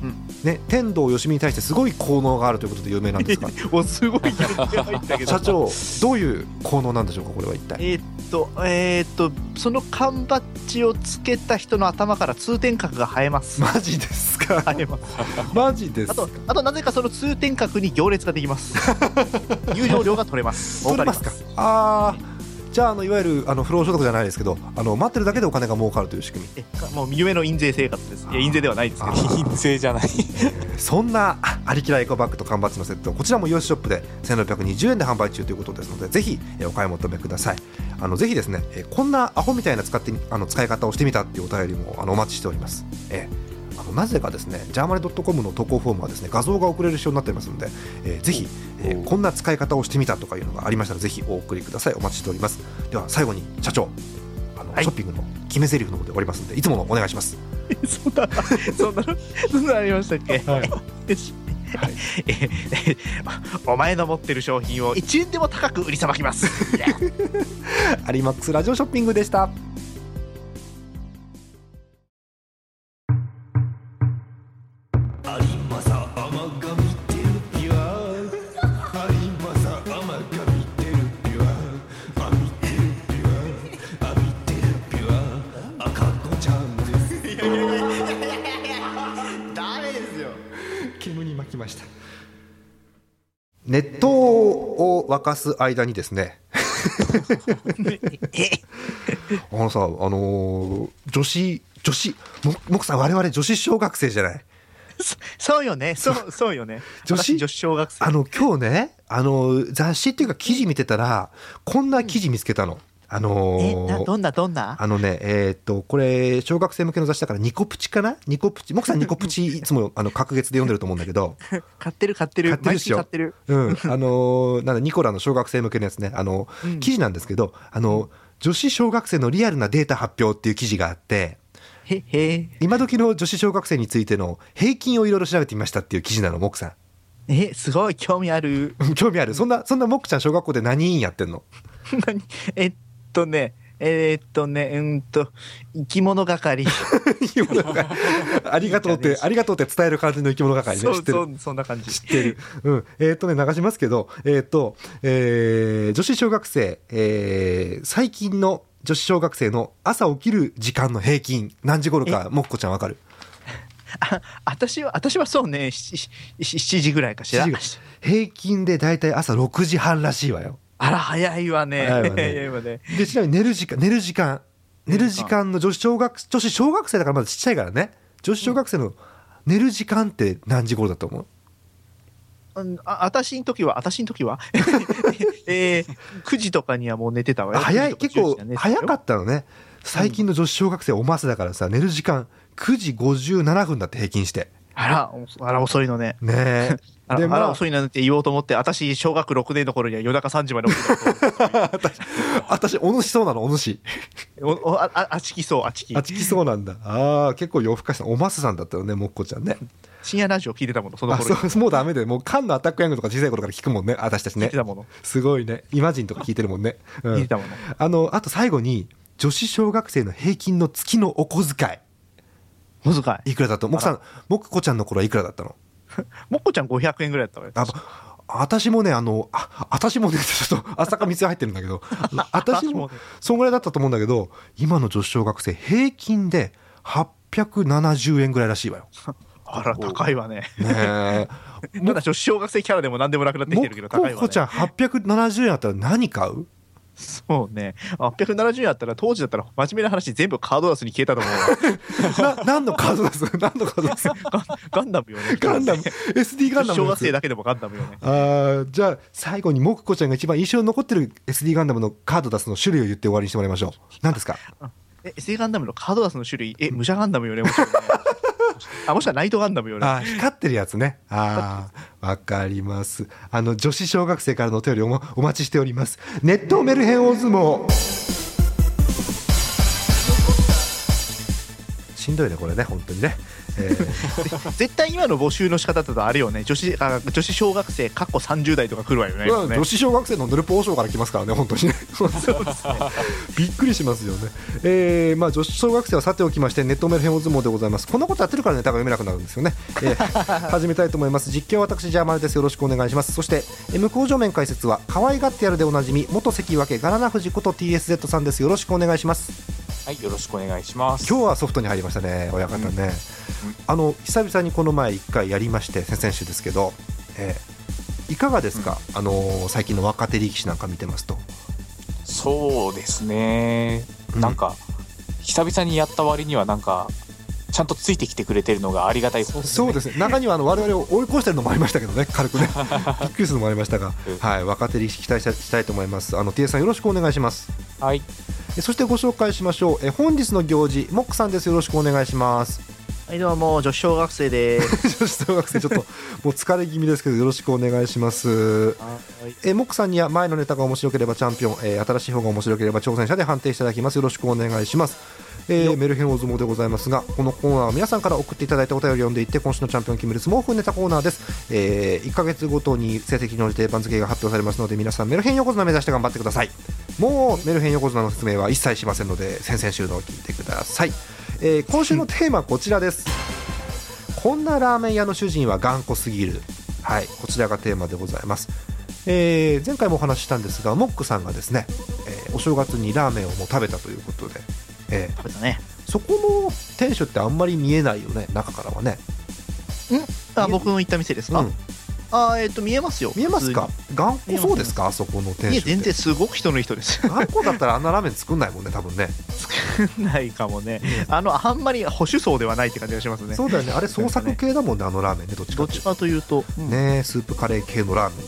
Speaker 4: うん
Speaker 1: ね、天童よしみに対してすごい効能があるということで有名なんですが
Speaker 4: おす ごい気持ちが入ったけど
Speaker 1: 社長どういう効能なんでしょうかこれは一体
Speaker 4: えーっとえーっとその缶バッジをつけた人の頭から通天閣が生えます
Speaker 1: マジです か
Speaker 4: 生えます
Speaker 1: マジです
Speaker 4: あ
Speaker 1: か
Speaker 4: とあとなぜかその通天閣に行列ができます 入場料が取れます
Speaker 1: 取れますかあーじゃああのいわゆるあの不労所得じゃないですけどあの待ってるだけでお金が儲かるという仕組み
Speaker 4: えもう夢の印税生活ですいや印税ではないですけど
Speaker 1: あ
Speaker 3: 陰性じゃない
Speaker 1: そんなあありきらエコバッグと缶バッジのセットこちらもイオシスショップで1620円で販売中ということですのでぜひえお買い求めくださいあのぜひですねえこんなアホみたいな使ってみあの使い方をしてみたっていうお便りもあのお待ちしておりますえあのなぜかですねジャーマネドットコムの投稿フォームはですね画像が送れる仕様になっていますので、えーぜひ、えーこんな使い方をしてみたとかいうのがありましたらぜひお送りくださいお待ちしておりますでは最後に社長あの、
Speaker 4: はい
Speaker 1: ショッピングの決め台詞の方で終わりますのでいつものお願いします
Speaker 4: そんな、 そんな、そんなのありましたっけ、よし。 ええお前の持ってる商品を1円でも高く売りさばきます
Speaker 1: 有マックスラジオショッピングでした煙に巻きました熱湯を沸かす間にですねあのさあのー女子女子ももくさん我々女子小学生じゃない
Speaker 4: そそうよねそうそうよね
Speaker 1: 女子
Speaker 4: 私女子小学生
Speaker 1: あの今日ねあの雑誌っていうか記事見てたらこんな記事見つけたの、あの
Speaker 4: え
Speaker 1: ー
Speaker 4: などんなどんな
Speaker 1: あのねえーっとこれ小学生向けの雑誌だからニコプチかなニコプチもくさんニコプチいつもあの隔月で読んでると思うんだけど
Speaker 4: 買ってる買ってる
Speaker 1: 買ってるっ
Speaker 4: 毎
Speaker 1: し
Speaker 4: 週
Speaker 1: ょ
Speaker 4: 買ってる
Speaker 1: うん、あのーなんだニコラの小学生向けのやつねあの、
Speaker 4: うん
Speaker 1: 記事なんですけどあの女子小学生のリアルなデータ発表っていう記事があって
Speaker 4: へへ
Speaker 1: 今時の女子小学生についての平均をいろいろ調べてみましたっていう記事なのモクさ
Speaker 4: えすごい興味ある
Speaker 1: ん 興味あるそんなそんなモクちゃん小学校で何員やってんの
Speaker 4: 何えっとねえっとねうんと生き物係
Speaker 1: 生き物係ありがとうってありがとうって伝える感じの生き物係ね
Speaker 4: そう
Speaker 1: 知って
Speaker 4: そ
Speaker 1: る
Speaker 4: うそんな感じ
Speaker 1: 知ってる、うん、えっ、とね流しますけどえっ、と、えー女子小学生、えー最近の女子小学生の朝起きる時間の平均何時頃かもっこちゃんわかる
Speaker 4: あ私は私はそうね7 7時ぐらいかしら
Speaker 1: 7時平均でだいたい朝6時半らしいわよ
Speaker 4: あら早いわね
Speaker 1: 早いわね
Speaker 4: 早いわね
Speaker 1: でちなみに寝る時間寝る時間寝る時間の女子小学女子小学生だからまだちっちゃいからね女子小学生の寝る時間って何時頃だと思う
Speaker 4: うんあ私の時は私の時は、 えー、9時とかにはもう寝てたわよ
Speaker 1: 早い
Speaker 4: 9時
Speaker 1: 結
Speaker 4: とか10時
Speaker 1: 構
Speaker 4: だね
Speaker 1: 早かったのね最近の女子小学生おませだからさ寝る時間9時57分だって平均して
Speaker 4: あらおあら遅いのね
Speaker 1: ねえ
Speaker 4: あら,、
Speaker 1: で
Speaker 4: あら
Speaker 1: ま
Speaker 4: 遅いなって言おうと思って私小学6年の頃には夜中3時まで起きて たと思
Speaker 1: あ私 私お主そうなのお主
Speaker 4: うおおあああちきそうあちき
Speaker 1: あちきそうなんだああ結構洋服化したおませさんだったよねもっこちゃんね
Speaker 4: 深夜ラジオ聞いてたものその
Speaker 1: あ
Speaker 4: 頃に
Speaker 1: そうもうダメでもう缶のアタックヤングとか小さい頃から聞くもんね私たち
Speaker 4: 聞い
Speaker 1: ね
Speaker 4: てたもの、
Speaker 1: すごいねイマジンとか聞いてるもんね、うん
Speaker 4: 聞いてたもの
Speaker 1: あのあと最後に女子小学生の平均の月のお小遣
Speaker 4: 小遣い
Speaker 1: いいくらだともくさんもくこちゃんの頃はいくらだったの
Speaker 4: もっこちゃん500円ぐらいだったわよ
Speaker 1: あ私もねあのあ私もねちょっと浅香光代入ってるんだけ ど私
Speaker 4: 私も
Speaker 1: も
Speaker 4: ね
Speaker 1: そんぐらいだったと思うんだけど今の女子小学生平均で870円ぐらいらしいわよ。
Speaker 4: あら高いわね
Speaker 1: ねえ
Speaker 4: まだ女子小学生キャラでも何でもなくなってき
Speaker 1: も
Speaker 4: てるけど高い
Speaker 1: っ
Speaker 4: わ
Speaker 1: こ
Speaker 4: ね
Speaker 1: ちゃん870円あったら何買う
Speaker 4: そうね870円あったら当時だったら真面目な話全部カードダスに消えたと思 うわ
Speaker 1: な何の数です 何の数です
Speaker 4: ガンダムよね
Speaker 1: ガンダム SD ガンダム
Speaker 4: 小
Speaker 1: のや
Speaker 4: 学
Speaker 1: つ
Speaker 4: 生だけでもガンダムよね。
Speaker 1: あーじゃあ最後にもくこちゃんが一番印象に残ってる SD ガンダムのカード出すの種類を言って終わりにしてもらいましょう何ですか
Speaker 4: え、SE ガンダムのカードダスの種類、え、武者ガンダムよね、もちろんね。あ、もしくはナイトガンダムよね。
Speaker 1: あー光ってるやつねあーわかりますあの女子小学生からのお便りお,、お待ちしておりますネットメルヘン大相撲しんどいねこれね本当にね、えー
Speaker 4: 絶対今の募集の仕方だとあれよね女子あ女子小学生かっこ30代とか来るわよね
Speaker 1: まあ
Speaker 4: ね
Speaker 1: 女子小学生のヌルポ王将から来ますからね、本当にね。 びっくりしますよね。えーまあ、女子小学生はさておきまして、ネットメールヘモ相撲でございます。こんなことやってるからネタが読めなくなるんですよね。えー始めたいと思います。実況は私、ジャーマルです。よろしくお願いします。そして、えー向こう上面解説は、可愛がってやるでおなじみ、元関脇、ガラナフジこと TSZ さんです。よろしくお願いします。
Speaker 3: はい、よろしくお願いします。
Speaker 1: 今日はソフトに入りましたね、親方ね、あの久々にこの前、1回やりまして、先々週ですけど、えーいかがですか、あのー最近の若手力士なんか見てますと、
Speaker 3: そうですね。
Speaker 1: うん
Speaker 3: なんか、久々にやった割には、なんか、ちゃんとついてきてくれてるのがありがたいことです
Speaker 1: そうですね、 中にはあの我々を追い越してるのもありましたけどね、軽く ね、びっくりするのもありましたが
Speaker 3: うん、
Speaker 1: はい、若手力士期待したしたいと思います、あの T さん、よろしくお願いします。
Speaker 3: はい。
Speaker 1: えそしてご紹介しましょう、え本日の行事、モックさんです、よろしくお願いします。
Speaker 4: はいどうも女子小学生です
Speaker 1: 女子小学生、ちょっともう疲れ気味ですけど、よろしくお願いします。
Speaker 4: はい
Speaker 1: えー、モックさんには前のネタが面白ければチャンピオン、えー新しい方が面白ければ挑戦者で判定していただきますよろしくお願いします、えーメルヘン大相撲でございますがこのコーナーは皆さんから送っていただいたお便りを読んでいって今週のチャンピオンを決める相撲風ネタコーナーです、え1ヶ月ごとに成績に応じて番付が発表されますので皆さんメルヘン横綱目指して頑張ってくださいもうメルヘン横綱の説明は一切しませんので先々週のを聞いてください、えー今週のテーマはこちらです、こんなラーメン屋の主人は頑固すぎるはいこちらがテーマでございます、えー前回もお話ししたんですがモックさんがですね、えーお正月にラーメンをもう食べたということで、え
Speaker 4: 食べたね
Speaker 1: ーそこの店主ってあんまり見えないよね中からはね、
Speaker 4: あ僕の行った店です
Speaker 1: う
Speaker 4: か、
Speaker 1: ん、
Speaker 4: あーえっ、と見えますよ
Speaker 1: 見えますか頑固そうですかあそこの
Speaker 4: 普
Speaker 1: 店
Speaker 4: 通にい
Speaker 1: 主
Speaker 4: や
Speaker 1: って
Speaker 4: 全然すごく人の人です
Speaker 1: 頑固だったら あんなラーメン作んないもんね多分ね
Speaker 4: ないかもねあのあんまり保守層ではないって感じがしますね
Speaker 1: そうだよねあれ創作系だもんねあのラーメンねどっちかっ
Speaker 4: どって
Speaker 1: い
Speaker 4: ち
Speaker 1: うと
Speaker 4: かというと、うん
Speaker 1: ねスープカレー系のラーメン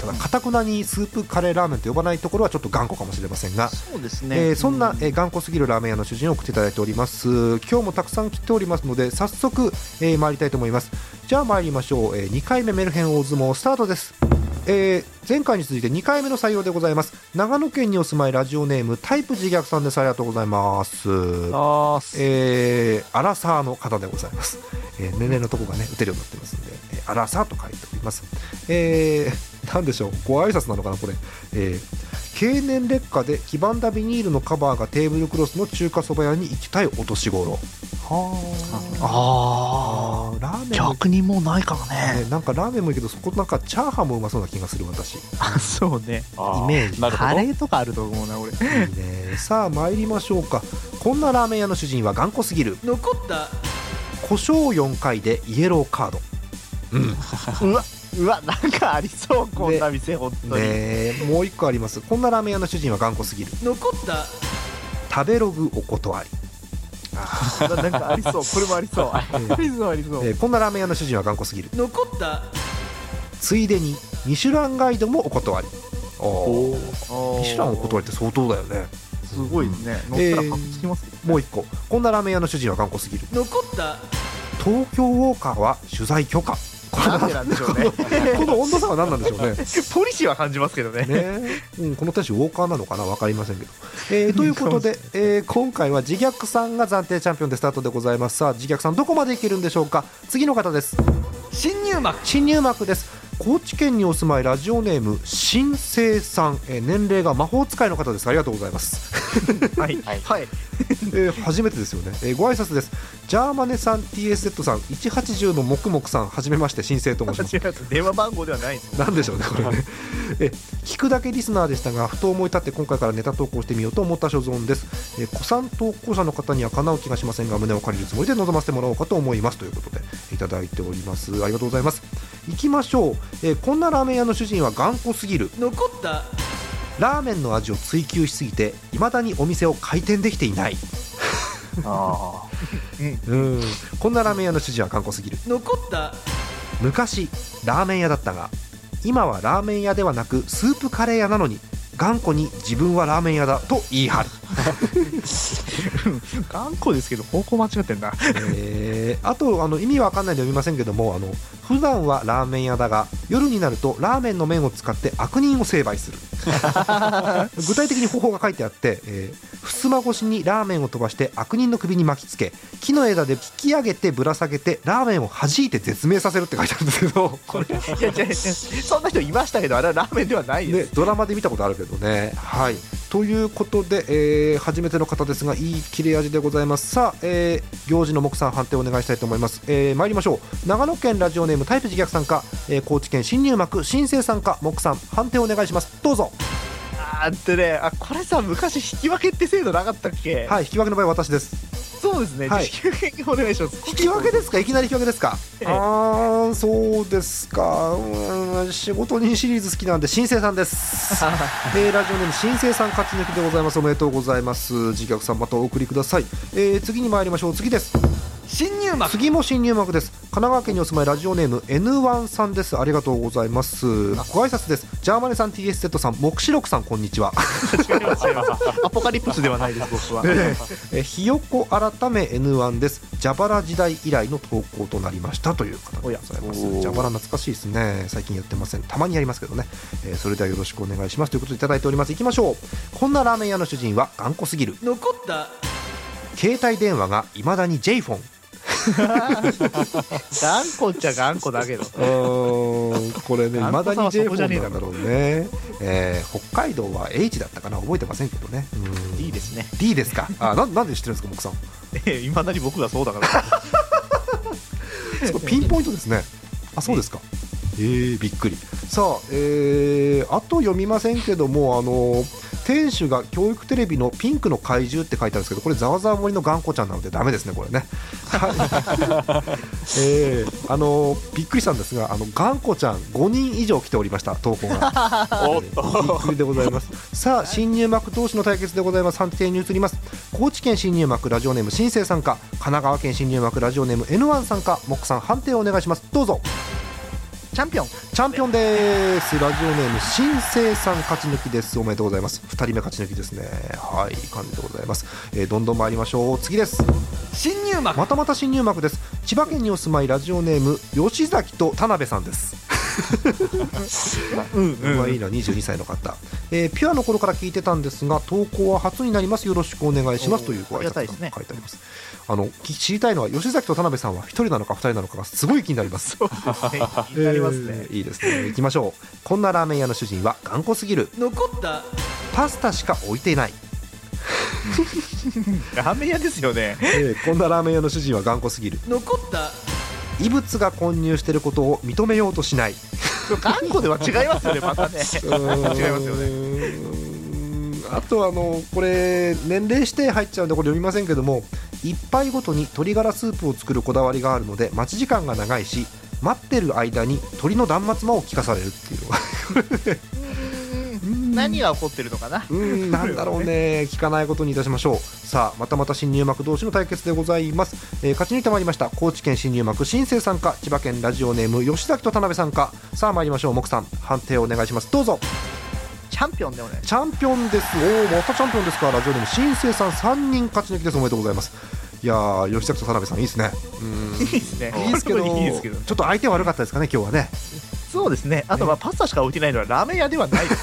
Speaker 1: ただかたくなにスープカレーラーメンと呼ばないところはちょっと頑固かもしれませんが
Speaker 4: そうですね、
Speaker 1: えーそんな、えー
Speaker 4: う
Speaker 1: 頑固すぎるラーメン屋の主人を送っていただいております今日もたくさん来ておりますので早速、えー参りたいと思いますじゃあ参りましょう、え2回目メルヘン大相撲スタートです、えー前回に続いて2回目の採用でございます長野県にお住まいラジオネームタイプ自虐さんですありがとうございます
Speaker 4: あー
Speaker 1: えーアラサーの方でございます、えー年齢のとこがね打てるようになってますんで、えーアラサーと書いておりますえー、なんでしょうご挨拶なのかなこれ、えー経年劣化で黄ばんだビニールのカバーがテーブルクロスの中華そば屋に行きたいお年頃は
Speaker 4: あ
Speaker 1: あラー
Speaker 4: ー
Speaker 1: メンも
Speaker 4: 逆にもうないかも
Speaker 1: ね
Speaker 4: ね
Speaker 1: なんかラーメンもいいけどそこなんかチャーハンもうまそうな気がする私い
Speaker 4: あ そうね
Speaker 3: あー
Speaker 4: イメージ
Speaker 3: なるほど
Speaker 4: カレーとかあると思うな俺
Speaker 1: いねさあ参りましょうかこんなラーメン屋の主人は頑固すぎる
Speaker 8: 残った
Speaker 1: 胡椒4回でイエローカードうん
Speaker 4: うわうわなんかありそうこんな店本当に、
Speaker 1: ねえもう一個ありますこんなラーメン屋の主人は頑固すぎる
Speaker 8: 残った
Speaker 1: 食べログお断り、
Speaker 4: ななんかありそうこれもありそう ありそうありそう、
Speaker 1: えーこんなラーメン屋の主人は頑固すぎる
Speaker 8: 残った
Speaker 1: ついでにミシュランガイドもお断りおーミシュランお断りって相当だよね
Speaker 4: すごいですね乗っ
Speaker 1: えー
Speaker 4: たらパッとつきますよ、
Speaker 1: もう一個こんなラーメン屋の主人は頑固すぎる
Speaker 8: 残った
Speaker 1: 東京ウォーカーは取材許 可これ
Speaker 4: なんでなんでしょうね
Speaker 1: この温度差は何なんでしょうね
Speaker 4: ポリシーは感じますけどね
Speaker 1: ねうん、この店主ウォーカーなのかな分かりませんけど、え ーということで、えー今回は自虐さんが暫定チャンピオンでスタートでございますさあ自虐さんどこまでいけるんでしょうか次の方です
Speaker 8: 新入幕
Speaker 1: 新入幕です高知県にお住まいラジオネーム新生さん、えー年齢が魔法使いの方ですありがとうございます、
Speaker 4: はい
Speaker 3: はい
Speaker 4: はい
Speaker 1: えー初めてですよね、えーご挨拶ですジャーマネさん TSZ さん180のもくもくさんはじめまして新生と申します
Speaker 4: 私は電話番号ではないんです
Speaker 1: なんでしょうね、これね。え聞くだけリスナーでしたが、ふと思い立って今回からネタ投稿してみようと思った所存です。え古参投稿者の方にはかなう気がしませんが、胸を借りるつもりで臨ませてもらおうかと思いますということで、いただいております。ありがとうございます。行きましょう。えこんなラーメン屋の主人は頑固すぎる。
Speaker 8: 残った
Speaker 1: ラーメンの味を追求しすぎて、未だにお店を開店できていない。
Speaker 3: あー
Speaker 1: うん。こんなラーメン屋の主人は頑固すぎる。
Speaker 8: 残った
Speaker 1: 昔ラーメン屋だったが今はラーメン屋ではなくスープカレー屋なのに頑固に自分はラーメン屋だと言い張る
Speaker 4: 頑固ですけど方向間違ってんな
Speaker 1: え ーあとあの意味わかんないんで読みませんけどもあの普段はラーメン屋だが夜になるとラーメンの麺を使って悪人を成敗する具体的に方法が書いてあって、えー、襖越しにラーメンを飛ばして悪人の首に巻きつけ木の枝で引き上げてぶら下げてラーメンを弾いて絶命させるって書いてあるんですけどこれ
Speaker 4: いや違う違うそんな人いましたけどあれはラーメンではないで
Speaker 1: ね
Speaker 4: す、、
Speaker 1: ドラマで見たことあるけどね。はいということで、えー初めての方ですがいい切れ味でございますさあ、えー行事の木さん判定お願いしたいと思います、えー参りましょう長野県ラジオネームタイプ自虐さんか、えー高知県新入幕新生さんか木さん判定お願いしますどうぞ
Speaker 4: あーってねあこれさ昔引き分けって制度なかったっけ、
Speaker 1: はい引き分けの場合私です
Speaker 4: そうですね、
Speaker 1: はい
Speaker 4: 引き分けお願いします
Speaker 1: 引き分けですかいきなり引き分けですか
Speaker 4: ええ
Speaker 1: あーそうですかうーん仕事人シリーズ好きなんで新生さんです えーラジオネーム新生さん勝ち抜きでございますおめでとうございます自虐さんまたお送りください、えー次に参りましょう次です
Speaker 8: 新入幕
Speaker 1: 次も新入幕です神奈川県にお住まいラジオネーム N1 さんですありがとうございますご挨拶ですジャーマネさん TSZ さん目視録さんこんにちは
Speaker 4: アポカリプスではないです僕は、
Speaker 1: えーひよこ改め N1 ですジャバラ時代以来の投稿となりましたという方でございます
Speaker 3: おや
Speaker 1: ジャバラ懐かしいですね最近やってませんたまにやりますけどね、えーそれではよろしくお願いしますということでいただいておりますいきましょうこんなラーメン屋の主人は頑固すぎる
Speaker 8: 残った
Speaker 1: 携帯電話がいまだに J フォン
Speaker 4: 頑固っちゃ頑固だけど
Speaker 1: これねいまだに J フ
Speaker 4: そこじ
Speaker 1: ォ
Speaker 4: ゃねえ
Speaker 1: ンなん
Speaker 4: だろ
Speaker 1: だろうね、えー北海道は H だったかな覚えてませんけどねうん
Speaker 4: いいですね
Speaker 1: D ですかあなんなんで知ってるんですか僕さん
Speaker 4: いまだに僕がそうだ から
Speaker 1: すご いピンポイントですね。あ、そうですか。えー、びっくり。さあ、えー、あと読みませんけども、あの店主が教育テレビのピンクの怪獣って書いてあるんですけど、これざわざわ森の頑固ちゃんなのでダメですねこれ ね。はい。えー、あのびっくりしたんですが、あの頑固ちゃん5人以上来ておりました投稿が。
Speaker 3: おっ
Speaker 1: びっ
Speaker 3: と
Speaker 1: くりでございますさあ新入幕同士の対決でございます判定に移ります高知県新入幕ラジオネーム新生さんか神奈川県新入幕ラジオネーム N1 さんかモックさん判定をお願いしますどうぞ
Speaker 4: チャンピオン
Speaker 1: チャンピオンですラジオネーム新生さん勝ち抜きですおめでとうございます2人目勝ち抜きですねはいいい感じでございます、えーどんどん参りましょう次です
Speaker 8: 新入幕
Speaker 1: またまた新入幕です千葉県にお住まいラジオネーム吉崎と田辺さん です
Speaker 4: うん
Speaker 1: まあいいな22歳の方、えーピュアの頃から聞いてたんですが投稿は初になりますよろしくお願いします
Speaker 4: おー
Speaker 1: というご
Speaker 4: あ
Speaker 1: 挨
Speaker 4: りがた
Speaker 1: 拶
Speaker 4: いです
Speaker 1: が
Speaker 4: ね
Speaker 1: 書いてありますあのき知りたいのは吉崎と田辺さんは1人なのか2人なのかがすごい気になり ます
Speaker 4: 気になります
Speaker 1: え
Speaker 4: ね、
Speaker 1: ーいいですね行きましょうこんなラーメン屋の主人は頑固すぎる
Speaker 8: 残った
Speaker 1: パスタしか置いていない、
Speaker 4: ラーメン屋ですよね
Speaker 1: えーこんなラーメン屋の主人は頑固すぎる
Speaker 8: 残った
Speaker 1: 異物が混入していることを認めようとしない
Speaker 4: 頑固では違いますよねまた ね
Speaker 1: 違います
Speaker 4: よね
Speaker 1: ねあとあのこれ年齢指定入っちゃうんでこれ読みませんけども1杯ごとに鶏ガラスープを作るこだわりがあるので待ち時間が長いし待ってる間に鶏の断末魔を聞かされるっていう
Speaker 4: 何が起こってるのかな
Speaker 1: うーんなんだろうね聞かないことにいたしましょうさあまたまた新入幕同士の対決でございます、えー勝ち抜いてまいりました高知県新入幕新生さんか千葉県ラジオネーム吉崎と田辺さんかさあ参りましょう木さん判定をお願いしますどうぞ
Speaker 4: チャンピオンでお願いし
Speaker 1: チャンピオンです。おお、またチャンピオンですか。ラジオネーム新生さん三人勝ち抜きです。おめでとうございます。いやー、吉崎と田辺さんいいですね。う
Speaker 4: ますいいですね
Speaker 1: ーんいいですけど、
Speaker 4: いいですけど
Speaker 1: ちょっと相手悪かったですかね、今日は ね。
Speaker 4: そうですねあとまあパスタしか置いてないのはラーメン屋ではないで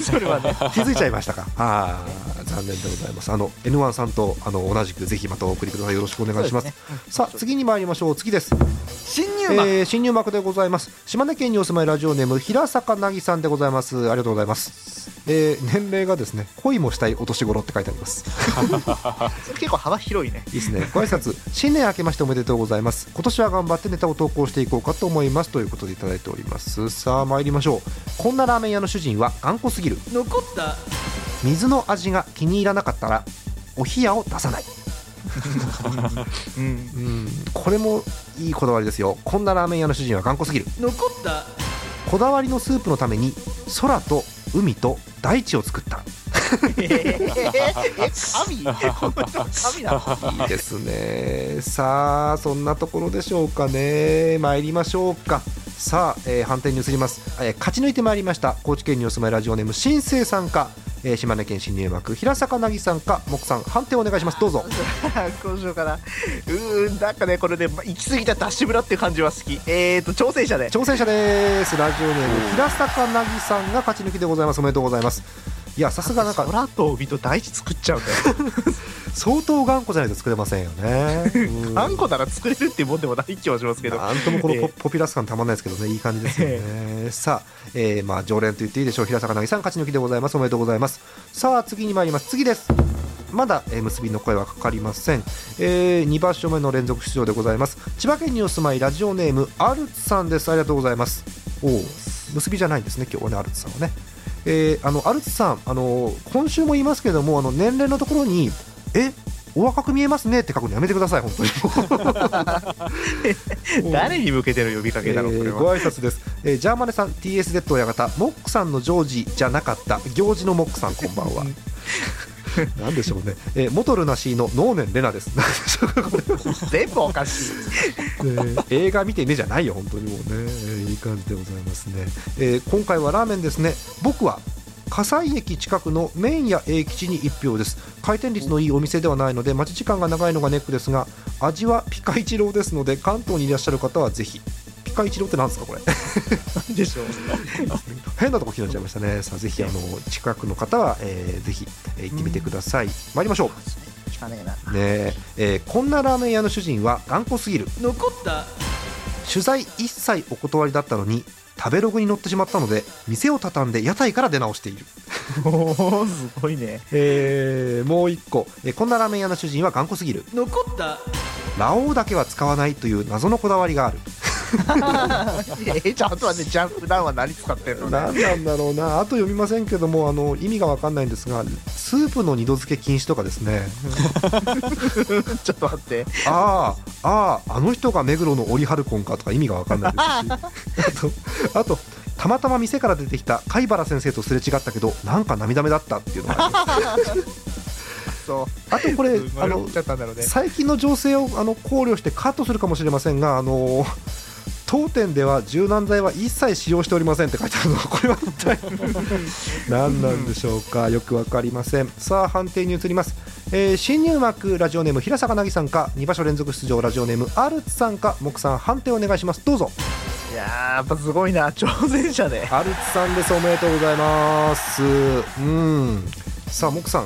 Speaker 4: す それはね
Speaker 1: 気づいちゃいましたか。 ああ、残念でございます。あの N1 さんとあの同じくぜひまたお送りください。よろしくお願いします。
Speaker 4: そう
Speaker 1: さあ、次に参りましょう。次です。
Speaker 8: 新入幕
Speaker 1: えー、新入幕でございます島根県にお住まいラジオネーム平坂なぎさんでございますありがとうございます、えー、年齢がですね恋もしたいお年頃って書いてあります
Speaker 4: 結構幅広いね
Speaker 1: いいですね。ご挨拶、新年明けましておめでとうございます。今年は頑張ってネタを投稿していこうかと思います。ということでいただいております。さあ、参りましょう。こんなラーメン屋の主人は頑固すぎる。
Speaker 8: 残った
Speaker 1: 水の味が気に入らなかったら、お冷やを出さない。
Speaker 4: うん
Speaker 1: うん、これもいいこだわりですよ。こんなラーメン屋の主人は頑固すぎる。
Speaker 8: 残った
Speaker 1: こだわりのスープのために、空と海と大地を作った。
Speaker 4: え神この人神なの
Speaker 1: いいですね。さあ、そんなところでしょうかね。参りましょうか。さあ、えー判定に移ります、えー勝ち抜いてまいりました。高知県にお住まいラジオネーム新生さんか。えー島根県新入幕平坂なぎさんか木さん判定お願いしますどうぞ
Speaker 4: どうしようかなうーんなんかねこれねま行き過ぎたダッシュブラっていう感じは好きえーと挑戦者で
Speaker 1: 挑戦者ですラジオネーム平坂なぎさんが勝ち抜きでございますおめでとうございますいやさすがなんか
Speaker 4: 空と帯と大地作っちゃうんだよ
Speaker 1: 相当頑固じゃないと作れませんよね うん
Speaker 4: あんこなら作れるっていうもんでもない気はしますけど
Speaker 1: なんともこのポ,、
Speaker 4: えー
Speaker 1: ポピュラス感たまんないですけどねいい感じですよね、さあ、えーまあ常連と言っていいでしょう平坂なぎさん勝ち抜きでございますおめでとうございますさあ次に参ります次ですまだ、えー結びの声はかかりません、え2場所目の連続出場でございます千葉県にお住まいラジオネームアルツさんですありがとうございますおお結びじゃないんですね今日はねアルツさんはねえーあのアルツさんあの今週も言いますけれどもあの年齢のところにえお若く見えますねって書くのやめてください本当に
Speaker 4: 誰に向けての呼びかけだろうこれ
Speaker 1: えーご
Speaker 4: は、
Speaker 1: 挨拶です、えージャーマネさん TSZ 親方モックさんのジョージじゃなかった行事のモックさんこんばん はなんでしょうね、えー、モトルナシーの能年レナですなんでしょうかこれ
Speaker 4: 全部おかしい
Speaker 1: ね 映画見てねじゃないよ、本当にもうね、えーいい感じでございますね、えー今回はラーメンですね、僕は葛西駅近くの麺屋永吉に1票です回転率のいいお店ではないので待ち時間が長いのがネックですが味はピカイチローですので関東にいらっしゃる方はぜひピカイチローってなんですかこれ
Speaker 4: でしょう
Speaker 1: 変なとこ拾っちゃいましたねさあぜひあの近くの方は、えーぜひ、えー行ってみてください参りましょ
Speaker 4: 聞かねえな
Speaker 1: うねええーこんなラーメン屋の主人は頑固すぎる
Speaker 8: 残った
Speaker 1: 取材一切お断りだったのに食べログに載ってしまったので店を畳んで屋台から出直している、
Speaker 4: おーすごいね
Speaker 1: えーもう一個、えーこんなラーメン屋の主人は頑固すぎる
Speaker 8: 残った
Speaker 1: ラオウだけは使わないという謎のこだわりがある
Speaker 4: いや えー、ちゃんとはねジャンプダウンは何使ってんのね
Speaker 1: 何なんだろうなあと読みませんけどもあの意味が分かんないんですがスープの二度漬け禁止とかですね
Speaker 4: ちょっと待って
Speaker 1: あああああの人が目黒のオリハルコンかとか意味が分かんないですしあとあとたまたま店から出てきた貝原先生とすれ違ったけどなんか涙目だったっていうのがあります
Speaker 4: そう
Speaker 1: あとこれ
Speaker 4: 生、ま
Speaker 1: あ
Speaker 4: れ
Speaker 1: の
Speaker 4: 落ちちゃったんだろうね
Speaker 1: 最近の情勢をあの考慮してカットするかもしれませんが、あの当店では柔軟剤は一切使用しておりませんって書いてあるの は、これは一体何なんでしょうか、よくわかりません。さあ、判定に移ります。えー新入幕ラジオネーム平坂なぎさんか2場所連続出場ラジオネームアルツさんか木さん判定お願いしますどうぞ
Speaker 4: いやーやっぱすごいな挑戦者で
Speaker 1: アルツさんですおめでとうございますうんさあ木さん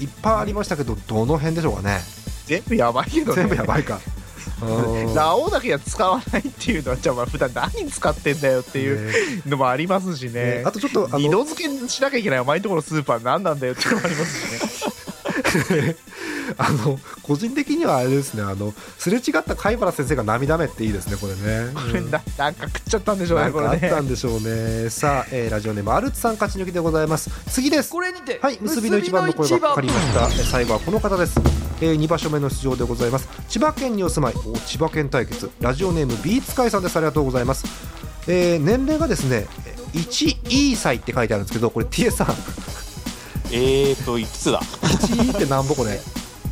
Speaker 1: いっぱいありましたけどどの辺でしょうかね
Speaker 4: 全部やばいけどね
Speaker 1: 全部やばい かうん
Speaker 4: ラオウだけは使わないっていうのはじゃあまあ普段何使ってんだよっていうのもありますしね
Speaker 1: ねあとちょっとあ
Speaker 4: 二度
Speaker 1: の
Speaker 4: 漬けしなきゃいけないお前のところのスーパー何なんだよっていうのもありますし ね
Speaker 1: あの個人的にはあれですねあのすれ違った貝原先生が涙目っていいですねこれね。
Speaker 4: これ ななんか食っちゃったんでしょう
Speaker 1: な
Speaker 4: ね
Speaker 1: ん
Speaker 4: こ
Speaker 1: かあ
Speaker 4: れ
Speaker 1: っ
Speaker 4: ね
Speaker 1: たんでしょうね。さあ、えーラジオネームアルツさん勝ち抜きでございます。次です。
Speaker 8: これにて
Speaker 1: はい、結びの一番の声がかかりました。えー最後はこの方です。え2場所目の出場でございます。千葉県にお住まい、お千葉県対決、ラジオネームビーツ会さんです。ありがとうございます。えー年齢がですね、1E 歳って書いてあるんですけど、これ TA さん、
Speaker 3: えーと、いくつだ
Speaker 1: 1E ってなんぼこれ。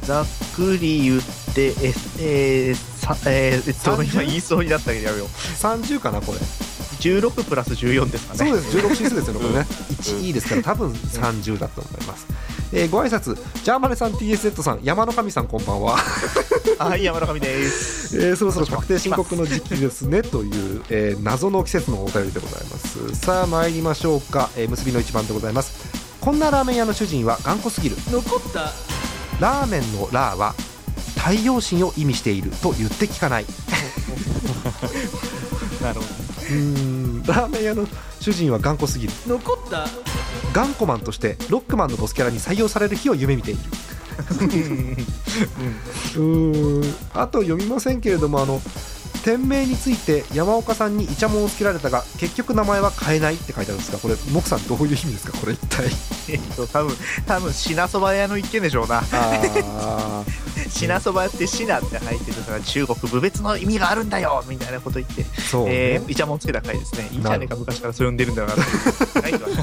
Speaker 4: ざっくり言ってええーさえーえっと
Speaker 1: 30
Speaker 4: 今言いそうになったけどやめよう
Speaker 1: 30かな、これ。
Speaker 4: 16プラス14ですかね
Speaker 1: そうです、16進数ですよね、これね。
Speaker 3: うん
Speaker 1: 1位ですから、多分30だと思います。えーご挨拶ジャーマネさん、TSZ さん、山の神さん、こんばん は。
Speaker 4: はい山中上です
Speaker 1: えーそろそろ確定申告の時期ですねという、えー謎の季節のお便りでございます。さあ、参りましょうか、えー結びの一番でございます。こんなラーメン屋の主人は頑固すぎる、
Speaker 8: 残った
Speaker 1: ラーメンのラーは太陽神を意味していると言って聞かない。
Speaker 4: なるほ
Speaker 1: うーんラーメン屋の主人は頑固すぎる
Speaker 8: 残った
Speaker 1: 頑固マンとしてロックマンのボスキャラに採用される日を夢見ているうーんあと読みませんけれどもあの店名について山岡さんにイチャモンをつけられたが結局名前は変えないって書いてあるんですがこれモクさんどういう意味ですかこれ一体
Speaker 4: えっと多分多分品そば屋の一軒でしょうな
Speaker 1: あー
Speaker 4: 品そば屋って品って入ってるから中国部別の意味があるんだよみたいなこと言って
Speaker 1: そうね、
Speaker 4: えー、イチャモンつけた回ですね。いいじゃねえか、昔からそれ呼んでるんだよなって。ないとはね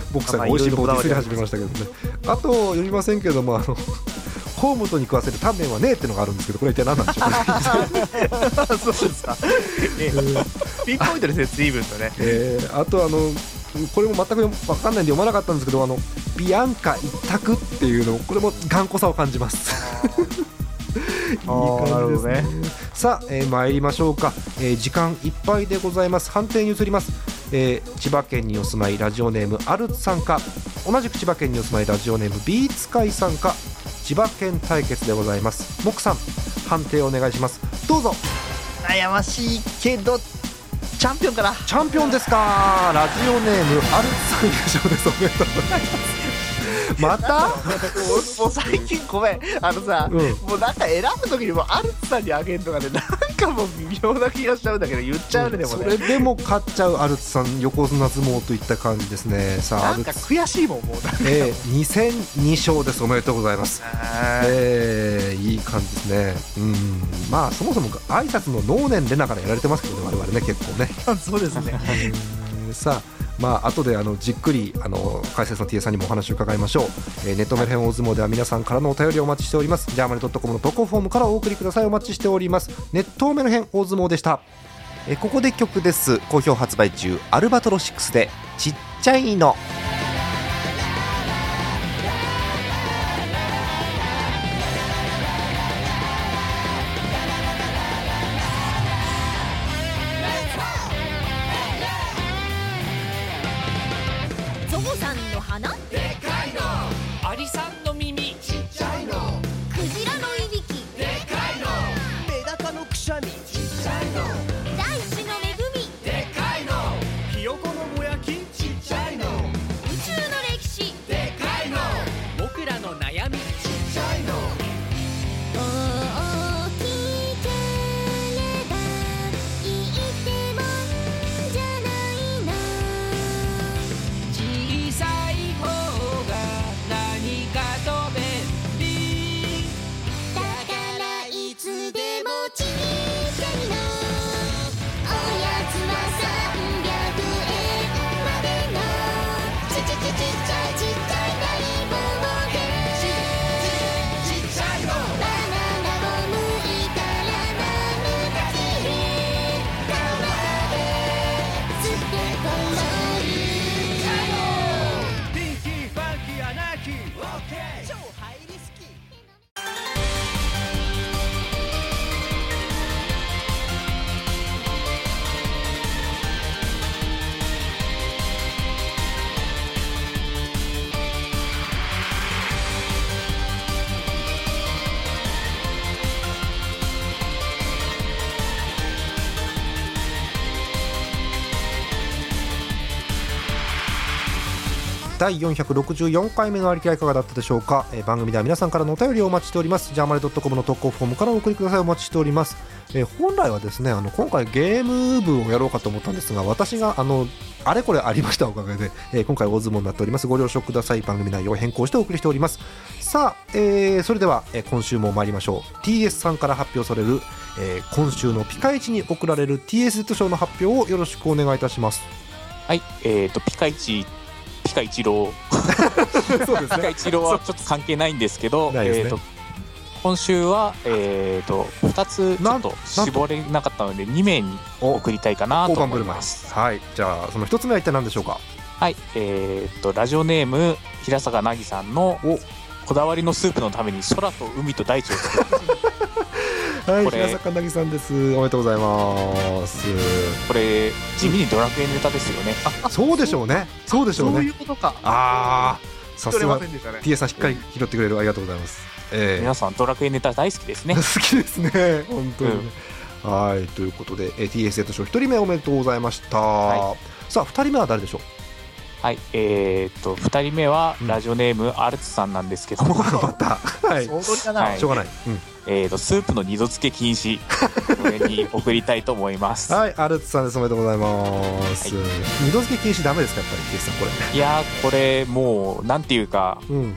Speaker 1: ボクさんが美味しい棒をディスり始めましたけどねあと読みませんけれどもあの河本に食わせるタンメンはねえってのがあるんですけどこれ一体何なんでしょうね
Speaker 4: そうですか。えーピンポイントですね、随分とね。
Speaker 1: えーあとあのこれも全くよ分かんないんで読まなかったんですけどあのビアンカ一択っていうのこれも頑固さを感じます いい
Speaker 4: あーな
Speaker 1: 感じ
Speaker 4: る
Speaker 1: で
Speaker 4: ほ
Speaker 1: す
Speaker 4: ど
Speaker 1: ね
Speaker 4: ね
Speaker 1: さあ、えー参りましょうか、えー時間いっぱいでございます判定に移ります、えー千葉県にお住まいラジオネームアルツさんか同じく千葉県にお住まいラジオネームビーツカイさんか千葉県対決でございますモクさん判定お願いしますどうぞ
Speaker 4: 悩ましいけどチャンピオンかな
Speaker 1: チャンピオンですかラジオネームアルツさん優勝ですおめでとうございますまた
Speaker 4: もう最近ごめんあのさ、
Speaker 1: うん
Speaker 4: もうなんか選ぶ時にもアルツさんにあげるのがねなんかもう微妙な気がしちゃうんだけど言っちゃうねでも
Speaker 1: そ
Speaker 4: ね
Speaker 1: れでも勝っちゃうアルツさん横綱相撲といった感じですねさあ
Speaker 4: な
Speaker 1: アル
Speaker 4: んか
Speaker 1: ツさん、
Speaker 4: 悔しいもんもうなんか
Speaker 1: えー、2戦2勝ですおめでとうございます えー、いい感じですねうんまあそもそも挨拶の能年でながらやられてますけどね我々ね結構ね
Speaker 4: そうですね
Speaker 1: えーさあ、まあ後であのじっくりあの解説の T さんにもお話を伺いましょう、えーネットメルヘン大相撲では皆さんからのお便りをお待ちしておりますジャーマネドットコムの投稿フォームからお送りくださいお待ちしておりますネットメルヘン大相撲でした
Speaker 9: えーここで曲です好評発売中アルバトロ6でちっちゃいの
Speaker 7: ゾウさんの鼻でかいのアリさんの耳ちっちゃいのクジラのいびきでかいのメダカのくしゃみちっちゃいの大地の恵みでかいのひよこのぼやきちっちゃいの宇宙の歴史でかいの僕らの悩みちっちゃいの大きければいいってもんじゃないな
Speaker 10: 小さい方が何かと便利
Speaker 7: だからいつでもちっちゃいのおやつは300円までのちちちちっちゃいちっちゃい大冒険ちちちっちゃいのバナナを剥いたらマムたちへ顔まですてころいちゃいの
Speaker 8: ピンキーファンキーアナーキーオッケー超ハイリスキー
Speaker 1: 第464回目のありきらいかがだったでしょうか、えー番組では皆さんからのお便りをお待ちしておりますジャーマネドットコムの投稿フォームからお送りくださいお待ちしております、えー本来はですねあの今回ゲーム部をやろうかと思ったんですが私があのあれこれありましたおかげで、えー今回大相撲になっておりますご了承ください番組内容を変更してお送りしておりますさあ、えーそれでは、えー今週も参りましょう TS さんから発表される、えー今週のピカイチに贈られる TS ット賞の発表をよろしくお願いいたします
Speaker 3: はい、えっ、と、ピカイチ、ピカイチロー。
Speaker 1: そうです
Speaker 3: ピカイチローはちょっと関係ないんですけど、
Speaker 1: ないですね
Speaker 3: えっ、と、今週は、えっ、と、2つちょ
Speaker 1: なん
Speaker 3: っと絞れなかったので、2名に送りたいかなと
Speaker 1: 大盤
Speaker 3: 思
Speaker 1: 振
Speaker 3: い
Speaker 1: る舞
Speaker 3: ま
Speaker 1: い
Speaker 3: す。
Speaker 1: はいじゃあその一つ目は一体何でしょうか
Speaker 3: はい、えっ、と、ラジオネーム、平坂なぎさんの
Speaker 1: お
Speaker 3: こだわりのスープのために空と海と大地を作る。
Speaker 1: はい
Speaker 3: これ
Speaker 1: 平坂なぎさんですおめでとうございます
Speaker 3: これ、地味にドラクエネタですよね。
Speaker 1: そうでしょうねそうでしょう
Speaker 4: そうい
Speaker 1: ね
Speaker 4: うことか
Speaker 1: ああさ
Speaker 4: 取
Speaker 1: す
Speaker 4: れま
Speaker 1: が
Speaker 4: せんでしたね
Speaker 1: T.A. さんしっかり拾ってくれるありがとうございます ええ
Speaker 3: 皆さん、ドラクエネタ大好きで すね。
Speaker 1: 好きですね本当にね、はいということでえー T.A. 生徒賞一人目おめでとうございました、
Speaker 3: は
Speaker 1: さあ二人目は誰でしょう
Speaker 3: はい、えっ、と、2人目は、ラジオネーム、アルツさんなんですけ ども、
Speaker 1: またはい
Speaker 4: 総取りだな、
Speaker 3: はい
Speaker 1: しょうがない、うん
Speaker 3: えー、とスープの二度漬け禁止これに送りたいと思います、
Speaker 1: はいアルツさんですおめでとうございます、二度漬け禁止ダメですかやっぱり T.A. さんこ
Speaker 3: い、やーこれもうなんていうか
Speaker 1: れうん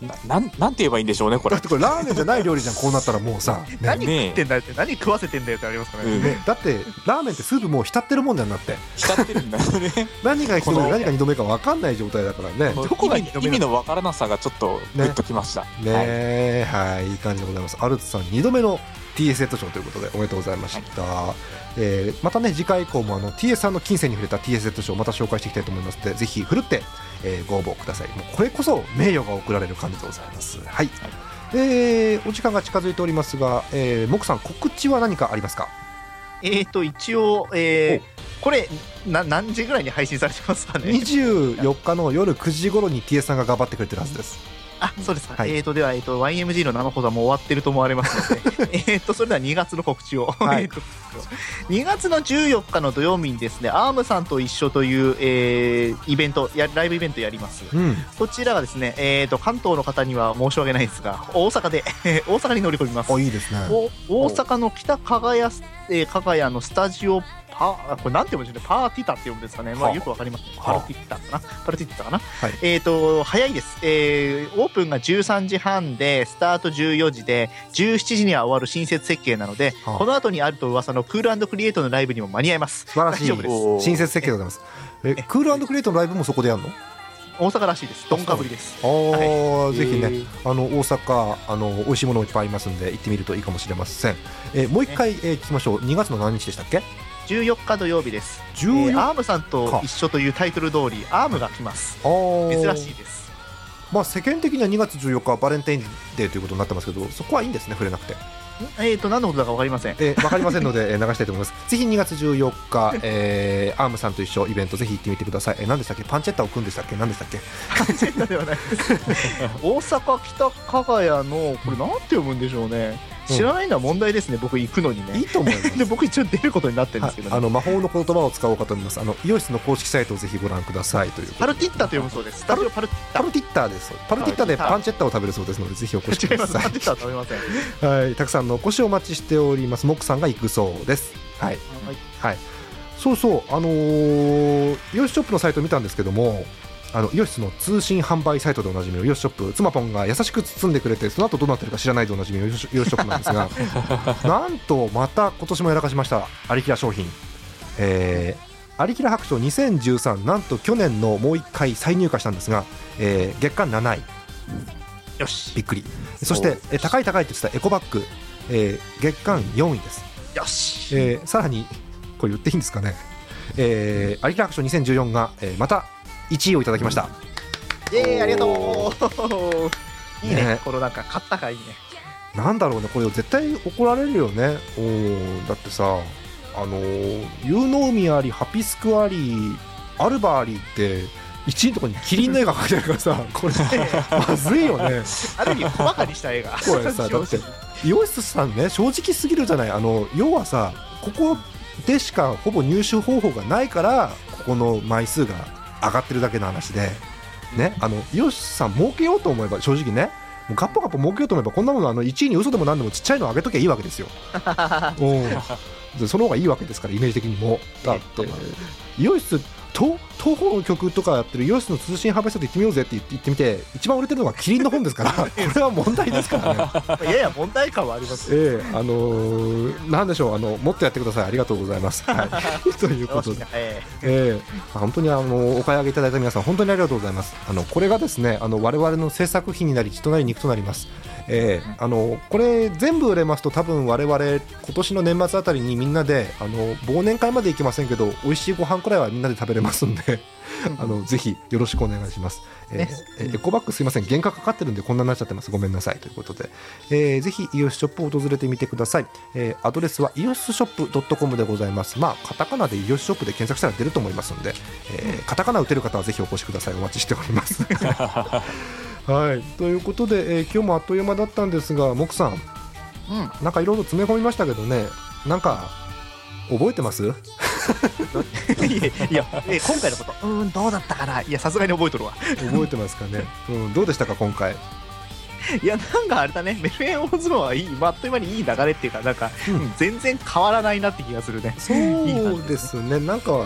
Speaker 3: ななんなんて言えばいいんでしょうねこ
Speaker 1: だ
Speaker 3: れ
Speaker 1: ってこれラーメンじゃない料理じゃんこうなったらもう さ、ね
Speaker 4: 何食ってんだよって何食わせてんだよってありますから
Speaker 3: う
Speaker 4: ね、
Speaker 3: ん、
Speaker 1: ね、だってラーメンってスープもう浸ってるもんじゃなくて
Speaker 3: 浸ってるんだよね
Speaker 1: 何が一度目で
Speaker 3: この
Speaker 1: 何が二度目か分かんない状態だからね
Speaker 3: も う
Speaker 1: どこが
Speaker 3: 意
Speaker 1: 二度
Speaker 3: 味
Speaker 1: 目な
Speaker 3: 意味
Speaker 1: の
Speaker 3: のわからなさがちょっとグッときました、
Speaker 1: ねえはい、いい感じでございますアルツさん2度目の TS ヘッド賞ということでおめでとうございました、えーまたね次回以降もあの TS さんの金銭に触れた TS ヘッド賞をまた紹介していきたいと思いますのでぜひふるって、えーご応募くださいもうこれこそ名誉が贈られる感じでございますはい、えーお時間が近づいておりますが、えー、モクさん告知は何かありますか
Speaker 4: えっ、ー、と、一応、えー、これな、何時ぐらいに配信されてますかね。
Speaker 1: 24日の夜9時頃に TS さんが頑張ってくれてるはずです
Speaker 4: あ、そうですか。
Speaker 1: はい
Speaker 4: えっ、ー、と、では、えっ、と、YMG の7ほどもう終わってると思われますので、 えっと、それでは2月の告知を。
Speaker 1: はい
Speaker 4: えーと2月の14日の土曜日にですね、アームさんと一緒という、えーイベントや、ライブイベントやります。
Speaker 1: うん
Speaker 4: こちらはですね、えっ、と、関東の方には申し訳ないですが、大阪で、 えー大阪に乗り込みます。
Speaker 1: おいいですね
Speaker 4: お大阪の北加賀屋す、えー加賀屋のスタジオパー、あこれなんて読むんでしょうね、パーティタって読むんですかね、ま
Speaker 1: は
Speaker 4: あ、
Speaker 1: あ
Speaker 4: よくわかりますね、
Speaker 1: はあ
Speaker 4: パルティッタかな、パルティッタかな、
Speaker 1: い
Speaker 4: えっ、と、早いです、えーオープンが13時半で、スタート14時で、17時には終わる新設設計なので、
Speaker 1: はあ
Speaker 4: この後にあると噂のクールクリエイトのライブにも間に合います。
Speaker 1: 素晴らしい
Speaker 4: 大丈夫です
Speaker 3: おー
Speaker 1: 新設設計でございますえクールクリエイトのライブもそこでやるの
Speaker 4: 大阪らしいです、どんかぶりです。
Speaker 1: あー、ぜひね、
Speaker 4: えー
Speaker 1: あの大阪あの美味しいものいっぱいありますんで行ってみるといいかもしれません、えーもう一回、えー聞きましょう2月の何日でしたっけ
Speaker 4: 14日土曜日です、え
Speaker 1: 14
Speaker 4: ーアームさんと一緒というタイトル通り、アームが来ます。
Speaker 1: あー
Speaker 4: 珍しいです。
Speaker 1: まあ世間的には2月14日はバレンタインデーということになってますけどそこはいいんですね触れなくて
Speaker 4: えっ、と、何のことだかわかりません。
Speaker 1: えーわかりませんので えー流したいと思いますぜひ2月14日、えーアームさんと一緒イベントぜひ行ってみてください、えー何でしたっけパンチェッタを組んでしたっけ何でしたっけ
Speaker 4: センターではないです大阪北加賀屋の、これなんて読むんでしょうね。
Speaker 1: うん
Speaker 4: 知らないのは問題ですね、僕行くのに
Speaker 1: いい
Speaker 4: ね。
Speaker 1: と思います
Speaker 4: で、僕一応出ることになってるん
Speaker 1: は
Speaker 4: で
Speaker 1: い
Speaker 4: すけど、ね
Speaker 1: あの魔法の言葉を使おうかと思いますあのイオシスの公式サイトをぜひご覧くださいということで
Speaker 4: パルティッタと読むそうです。スタジオパルティ
Speaker 1: パ
Speaker 4: ッタ。
Speaker 1: ルティッターですパルティッターでパンチェッタを食べるそうですのでぜひお越し
Speaker 4: 違
Speaker 1: く
Speaker 4: い
Speaker 1: だ
Speaker 4: ます。
Speaker 1: さ
Speaker 4: パルティッタは食べません。
Speaker 1: い、はい、たくさんのお越しをお待ちしておりますモックさんが行くそうですはい、
Speaker 4: はい
Speaker 1: はい、そうそうあのーイオシスショップのサイト見たんですけどもあのイオシスの通信販売サイトでおなじみのイオシスショップ妻ポンが優しく包んでくれてその後どうなってるか知らないでおなじみのイオシスイオシスショップなんです がなんとまた今年もやらかしましたアリキラ商品えー、アリキラ白書2013なんと去年のもう1回再入荷したんですが、えー月間7位
Speaker 4: よし。
Speaker 1: びっくりそしてえ高い高いと言ってたエコバッグ、えー月間4位です、
Speaker 4: よし。
Speaker 1: えーさらにこれ言っていいんですかね、えー、アリキラ白書2014が、えーまた1位をいただきました
Speaker 4: イェーイ、ありがとう。いいね。
Speaker 1: ね
Speaker 4: このなんか、買ったかいいね。
Speaker 1: なんだろうねこれ絶対怒られるよねおーだってさあのー有能ミありハピスクありアルバありって1位のとこにキリンの絵が描いてあるからさこれ まずいよね
Speaker 4: ある意味、小馬鹿にした映画。
Speaker 1: こ れさだってイオシスさんね正直すぎるじゃないあの要はさここでしかほぼ入手方法がないからここの枚数が上がってるだけの話でねあのイオシスさん儲けようと思えば正直ねもうガッポガッポ儲けようと思えばこんなものあの1位に嘘でも何でもちっちゃいの上げときゃいいわけですようんでその方がいいわけですからイメージ的にもだってイオシス東東方の曲とかやってるイオシスの通信販売サイト行ってみようぜって言って言ってみて一番売れてるのがキリンの本ですからこれは問題ですからね
Speaker 4: やや問題感はあ りますよ。
Speaker 1: ええあのーなんでしょうあの、もっとやってください、ありがとうございます。はい、 というこ
Speaker 4: よし
Speaker 1: とで
Speaker 4: ね、。え
Speaker 1: ええ本当にあのお買い上げいただいた皆さん、本当にありがとうございます。あのこれがですね、あの我々の制作費になり、血となり、肉となります。ええあのこれ、全部売れますと、多分我々今年の年末あたりにみんなであの忘年会まで行きませんけど、美味しいご飯くらいはみんなで食べれますんで、 あのぜひよろしくお願いします。ええエコバッグすいません、原価かかってるんで、こんなになっちゃってます、ごめんなさいということで。えーぜひイオシスショップを訪れてみてください、えーアドレスはイオシスショップ .com でございますまあカタカナでイオシスショップで検索したら出ると思いますので、えーカタカナ打てる方はぜひお越しくださいお待ちしております はいということで、えー今日もあっという間だったんですがモクさん、なんかいろいろ詰め込みましたけどねなんか覚えてます
Speaker 4: えいやいや、えー今回のこと、うーん、どうだったかな。いや、さすがに覚えとるわ。
Speaker 1: 覚えてますか ね、うん、どうでしたか今回
Speaker 4: いや、なんかあれだね、メルヘン大相撲はいい、まああっという間にいい流れっていうか、なんか、
Speaker 1: うん
Speaker 4: うん全然変わらないなって気がするね。
Speaker 1: そうですね、なんか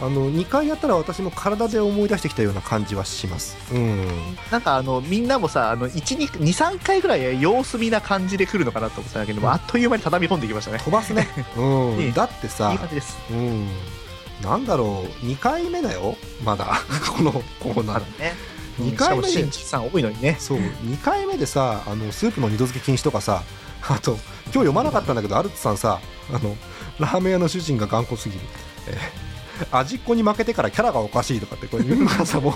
Speaker 1: あの2回やったら私も体で思い出してきたような感じはします。うん、
Speaker 4: なんか、あの、みんなもさ、あの、1、2、2 3回ぐらい様子見な感じで来るのかなと思ってたんだけども、あっという間に畳み込んできましたね。
Speaker 1: 飛ば すね、う
Speaker 4: い
Speaker 1: ん、
Speaker 4: い
Speaker 1: だって
Speaker 4: い
Speaker 1: さ
Speaker 4: い、感じです。
Speaker 1: うん、なんだろう、2回目だよ、まだ、 このコーナー。
Speaker 4: ね。
Speaker 1: 二
Speaker 4: 2
Speaker 1: 回
Speaker 4: 回
Speaker 1: 目
Speaker 4: も
Speaker 1: で
Speaker 4: 新規さん多いのにね。
Speaker 1: そう2回目でさあのスープの二度漬け禁止とかさあと今日読まなかったんだけどアルツさんさあのラーメン屋の主人が頑固すぎる、えー味っ子に負けてからキャラがおかしいとかってこれ三村さんも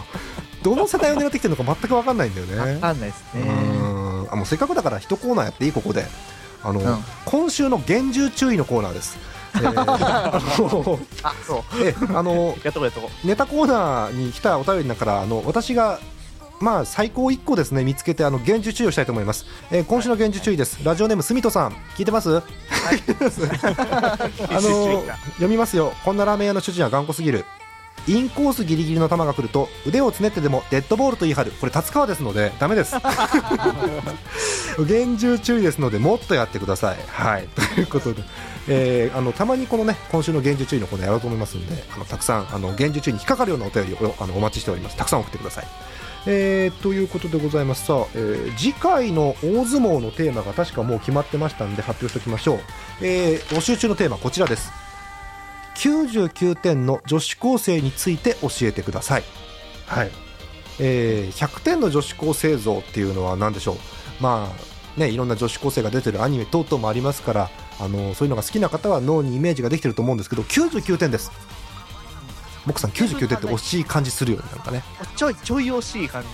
Speaker 1: どの世代を狙ってきてるのか全く分かんないんだよね
Speaker 4: わかんないです
Speaker 1: う
Speaker 4: ね。
Speaker 1: んあもうせっかくだから一コーナーやっていいここであの、
Speaker 4: ん
Speaker 1: 今週の厳重注意のコーナー です、えーあの
Speaker 4: あ、そう。
Speaker 1: えあの
Speaker 4: やっとこうやっとこう。
Speaker 1: ネタコーナーに来たお便りの中からあの私がまあ最高1個ですね見つけてあの厳重注意をしたいと思います、えー今週の厳重注意です、ラジオネームすみとさん聞いてます、 あの読みますよこんなラーメン屋の主人は頑固すぎるインコースギリギリの球が来ると腕をつねってでもデッドボールと言い張るこれ立川ですのでダメです厳重注意ですのでもっとやってくださいはいということで、えーあのたまにこのね今週の厳重注意のコーナーやろうと思いますのであのたくさんあの厳重注意に引っかかるようなお便りをあのお待ちしておりますたくさん送ってくださいえーということでございますさあ、えー次回の大相撲のテーマが確かもう決まってましたんで発表しておきましょう、えー募集中のテーマこちらです99点の女子高生について教えてください、はいえー100点の女子高生像っていうのは何でしょうまあねいろんな女子高生が出てるアニメ等々もありますからあのそういうのが好きな方は脳にイメージができてると思うんですけど99点です僕さん99点って惜しい感じするよねなんかね
Speaker 4: ちょいちょい惜しい感じ。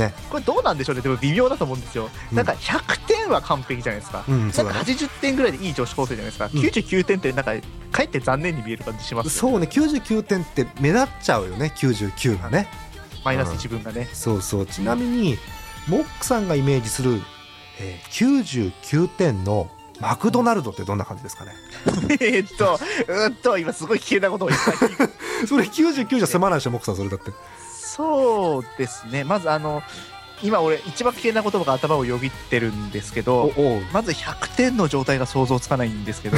Speaker 1: ね
Speaker 4: これどうなんでしょうね。でも微妙だと思うんですよ。
Speaker 1: うん
Speaker 4: なんか100点は完璧じゃないですか。
Speaker 1: うん
Speaker 4: な
Speaker 1: そ
Speaker 4: ん
Speaker 1: う
Speaker 4: か
Speaker 1: だね
Speaker 4: 80点ぐらいでいい女子高生じゃないですか、
Speaker 1: ん
Speaker 4: 99点ってなんかかえって残念に見える感じしますよ
Speaker 1: そうね99点って目立っちゃうよね99がね
Speaker 4: マイナス1分がね、
Speaker 1: そうそうちなみにモックさんがイメージする、えー99点のマクドナルドってどんな感じですかね
Speaker 4: えーっとうーっと今すごい危険なことをいっぱい言う
Speaker 1: それ99じゃ迫らないでしょモックさんそれだって
Speaker 4: そうですねまずあの今俺一番危険な言葉が頭をよぎってるんですけ
Speaker 1: お
Speaker 4: ど
Speaker 1: おう
Speaker 4: まず100点の状態が想像つかないんですけど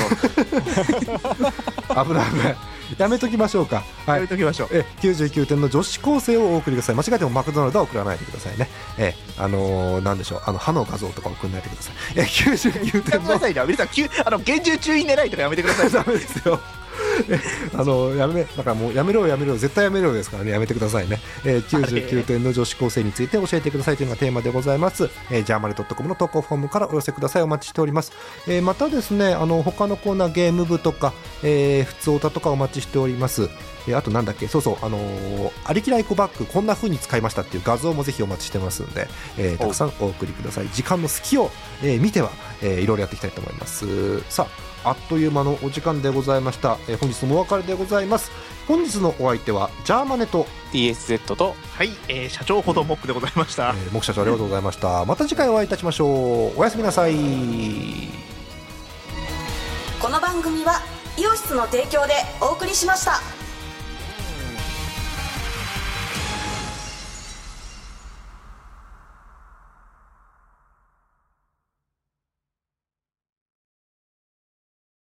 Speaker 1: 危ない危ないやめときましょうかは
Speaker 4: や
Speaker 1: い
Speaker 4: めときましょう
Speaker 1: え99点の女子高生をお送りください間違えてもマクドナルドは送らないでくださいねえあのー、なんでしょうあの歯の画像とか送らないでくださいえ99
Speaker 4: やめ
Speaker 1: 点
Speaker 4: てく
Speaker 1: の
Speaker 4: ださいね皆さん急あの厳重注意狙いとかやめてください
Speaker 1: ダメですよ。 えあのやめだからもうやめろよやめろよ絶対やめろよですからねやめてくださいね、えー、99点の女子高生について教えてくださいというのがテーマでございます、えー、ジャーマルドットコムの投稿フォームからお寄せくださいお待ちしております、えー、またですねあの他のコーナーゲーム部とか、えー、普通歌とかお待ちしております、えー、あとなんだっけそうそうあのーありきらいこバッグこんな風に使いましたっていう画像もぜひお待ちしてますんで、えー、たくさんお送りください時間の隙を、えー、見ては、えー、いろいろやっていきたいと思いますさああっという間のお時間でございました、えー本日もお別れでございます本日のお相手はジャーマネと、
Speaker 3: TSZ と
Speaker 4: はい、えー社長ほどモックでございました、
Speaker 1: えー、木社長ありがとうございましたまた次回お会いいたしましょうおやすみなさい
Speaker 2: この番組はイオシスの提供でお送りしました。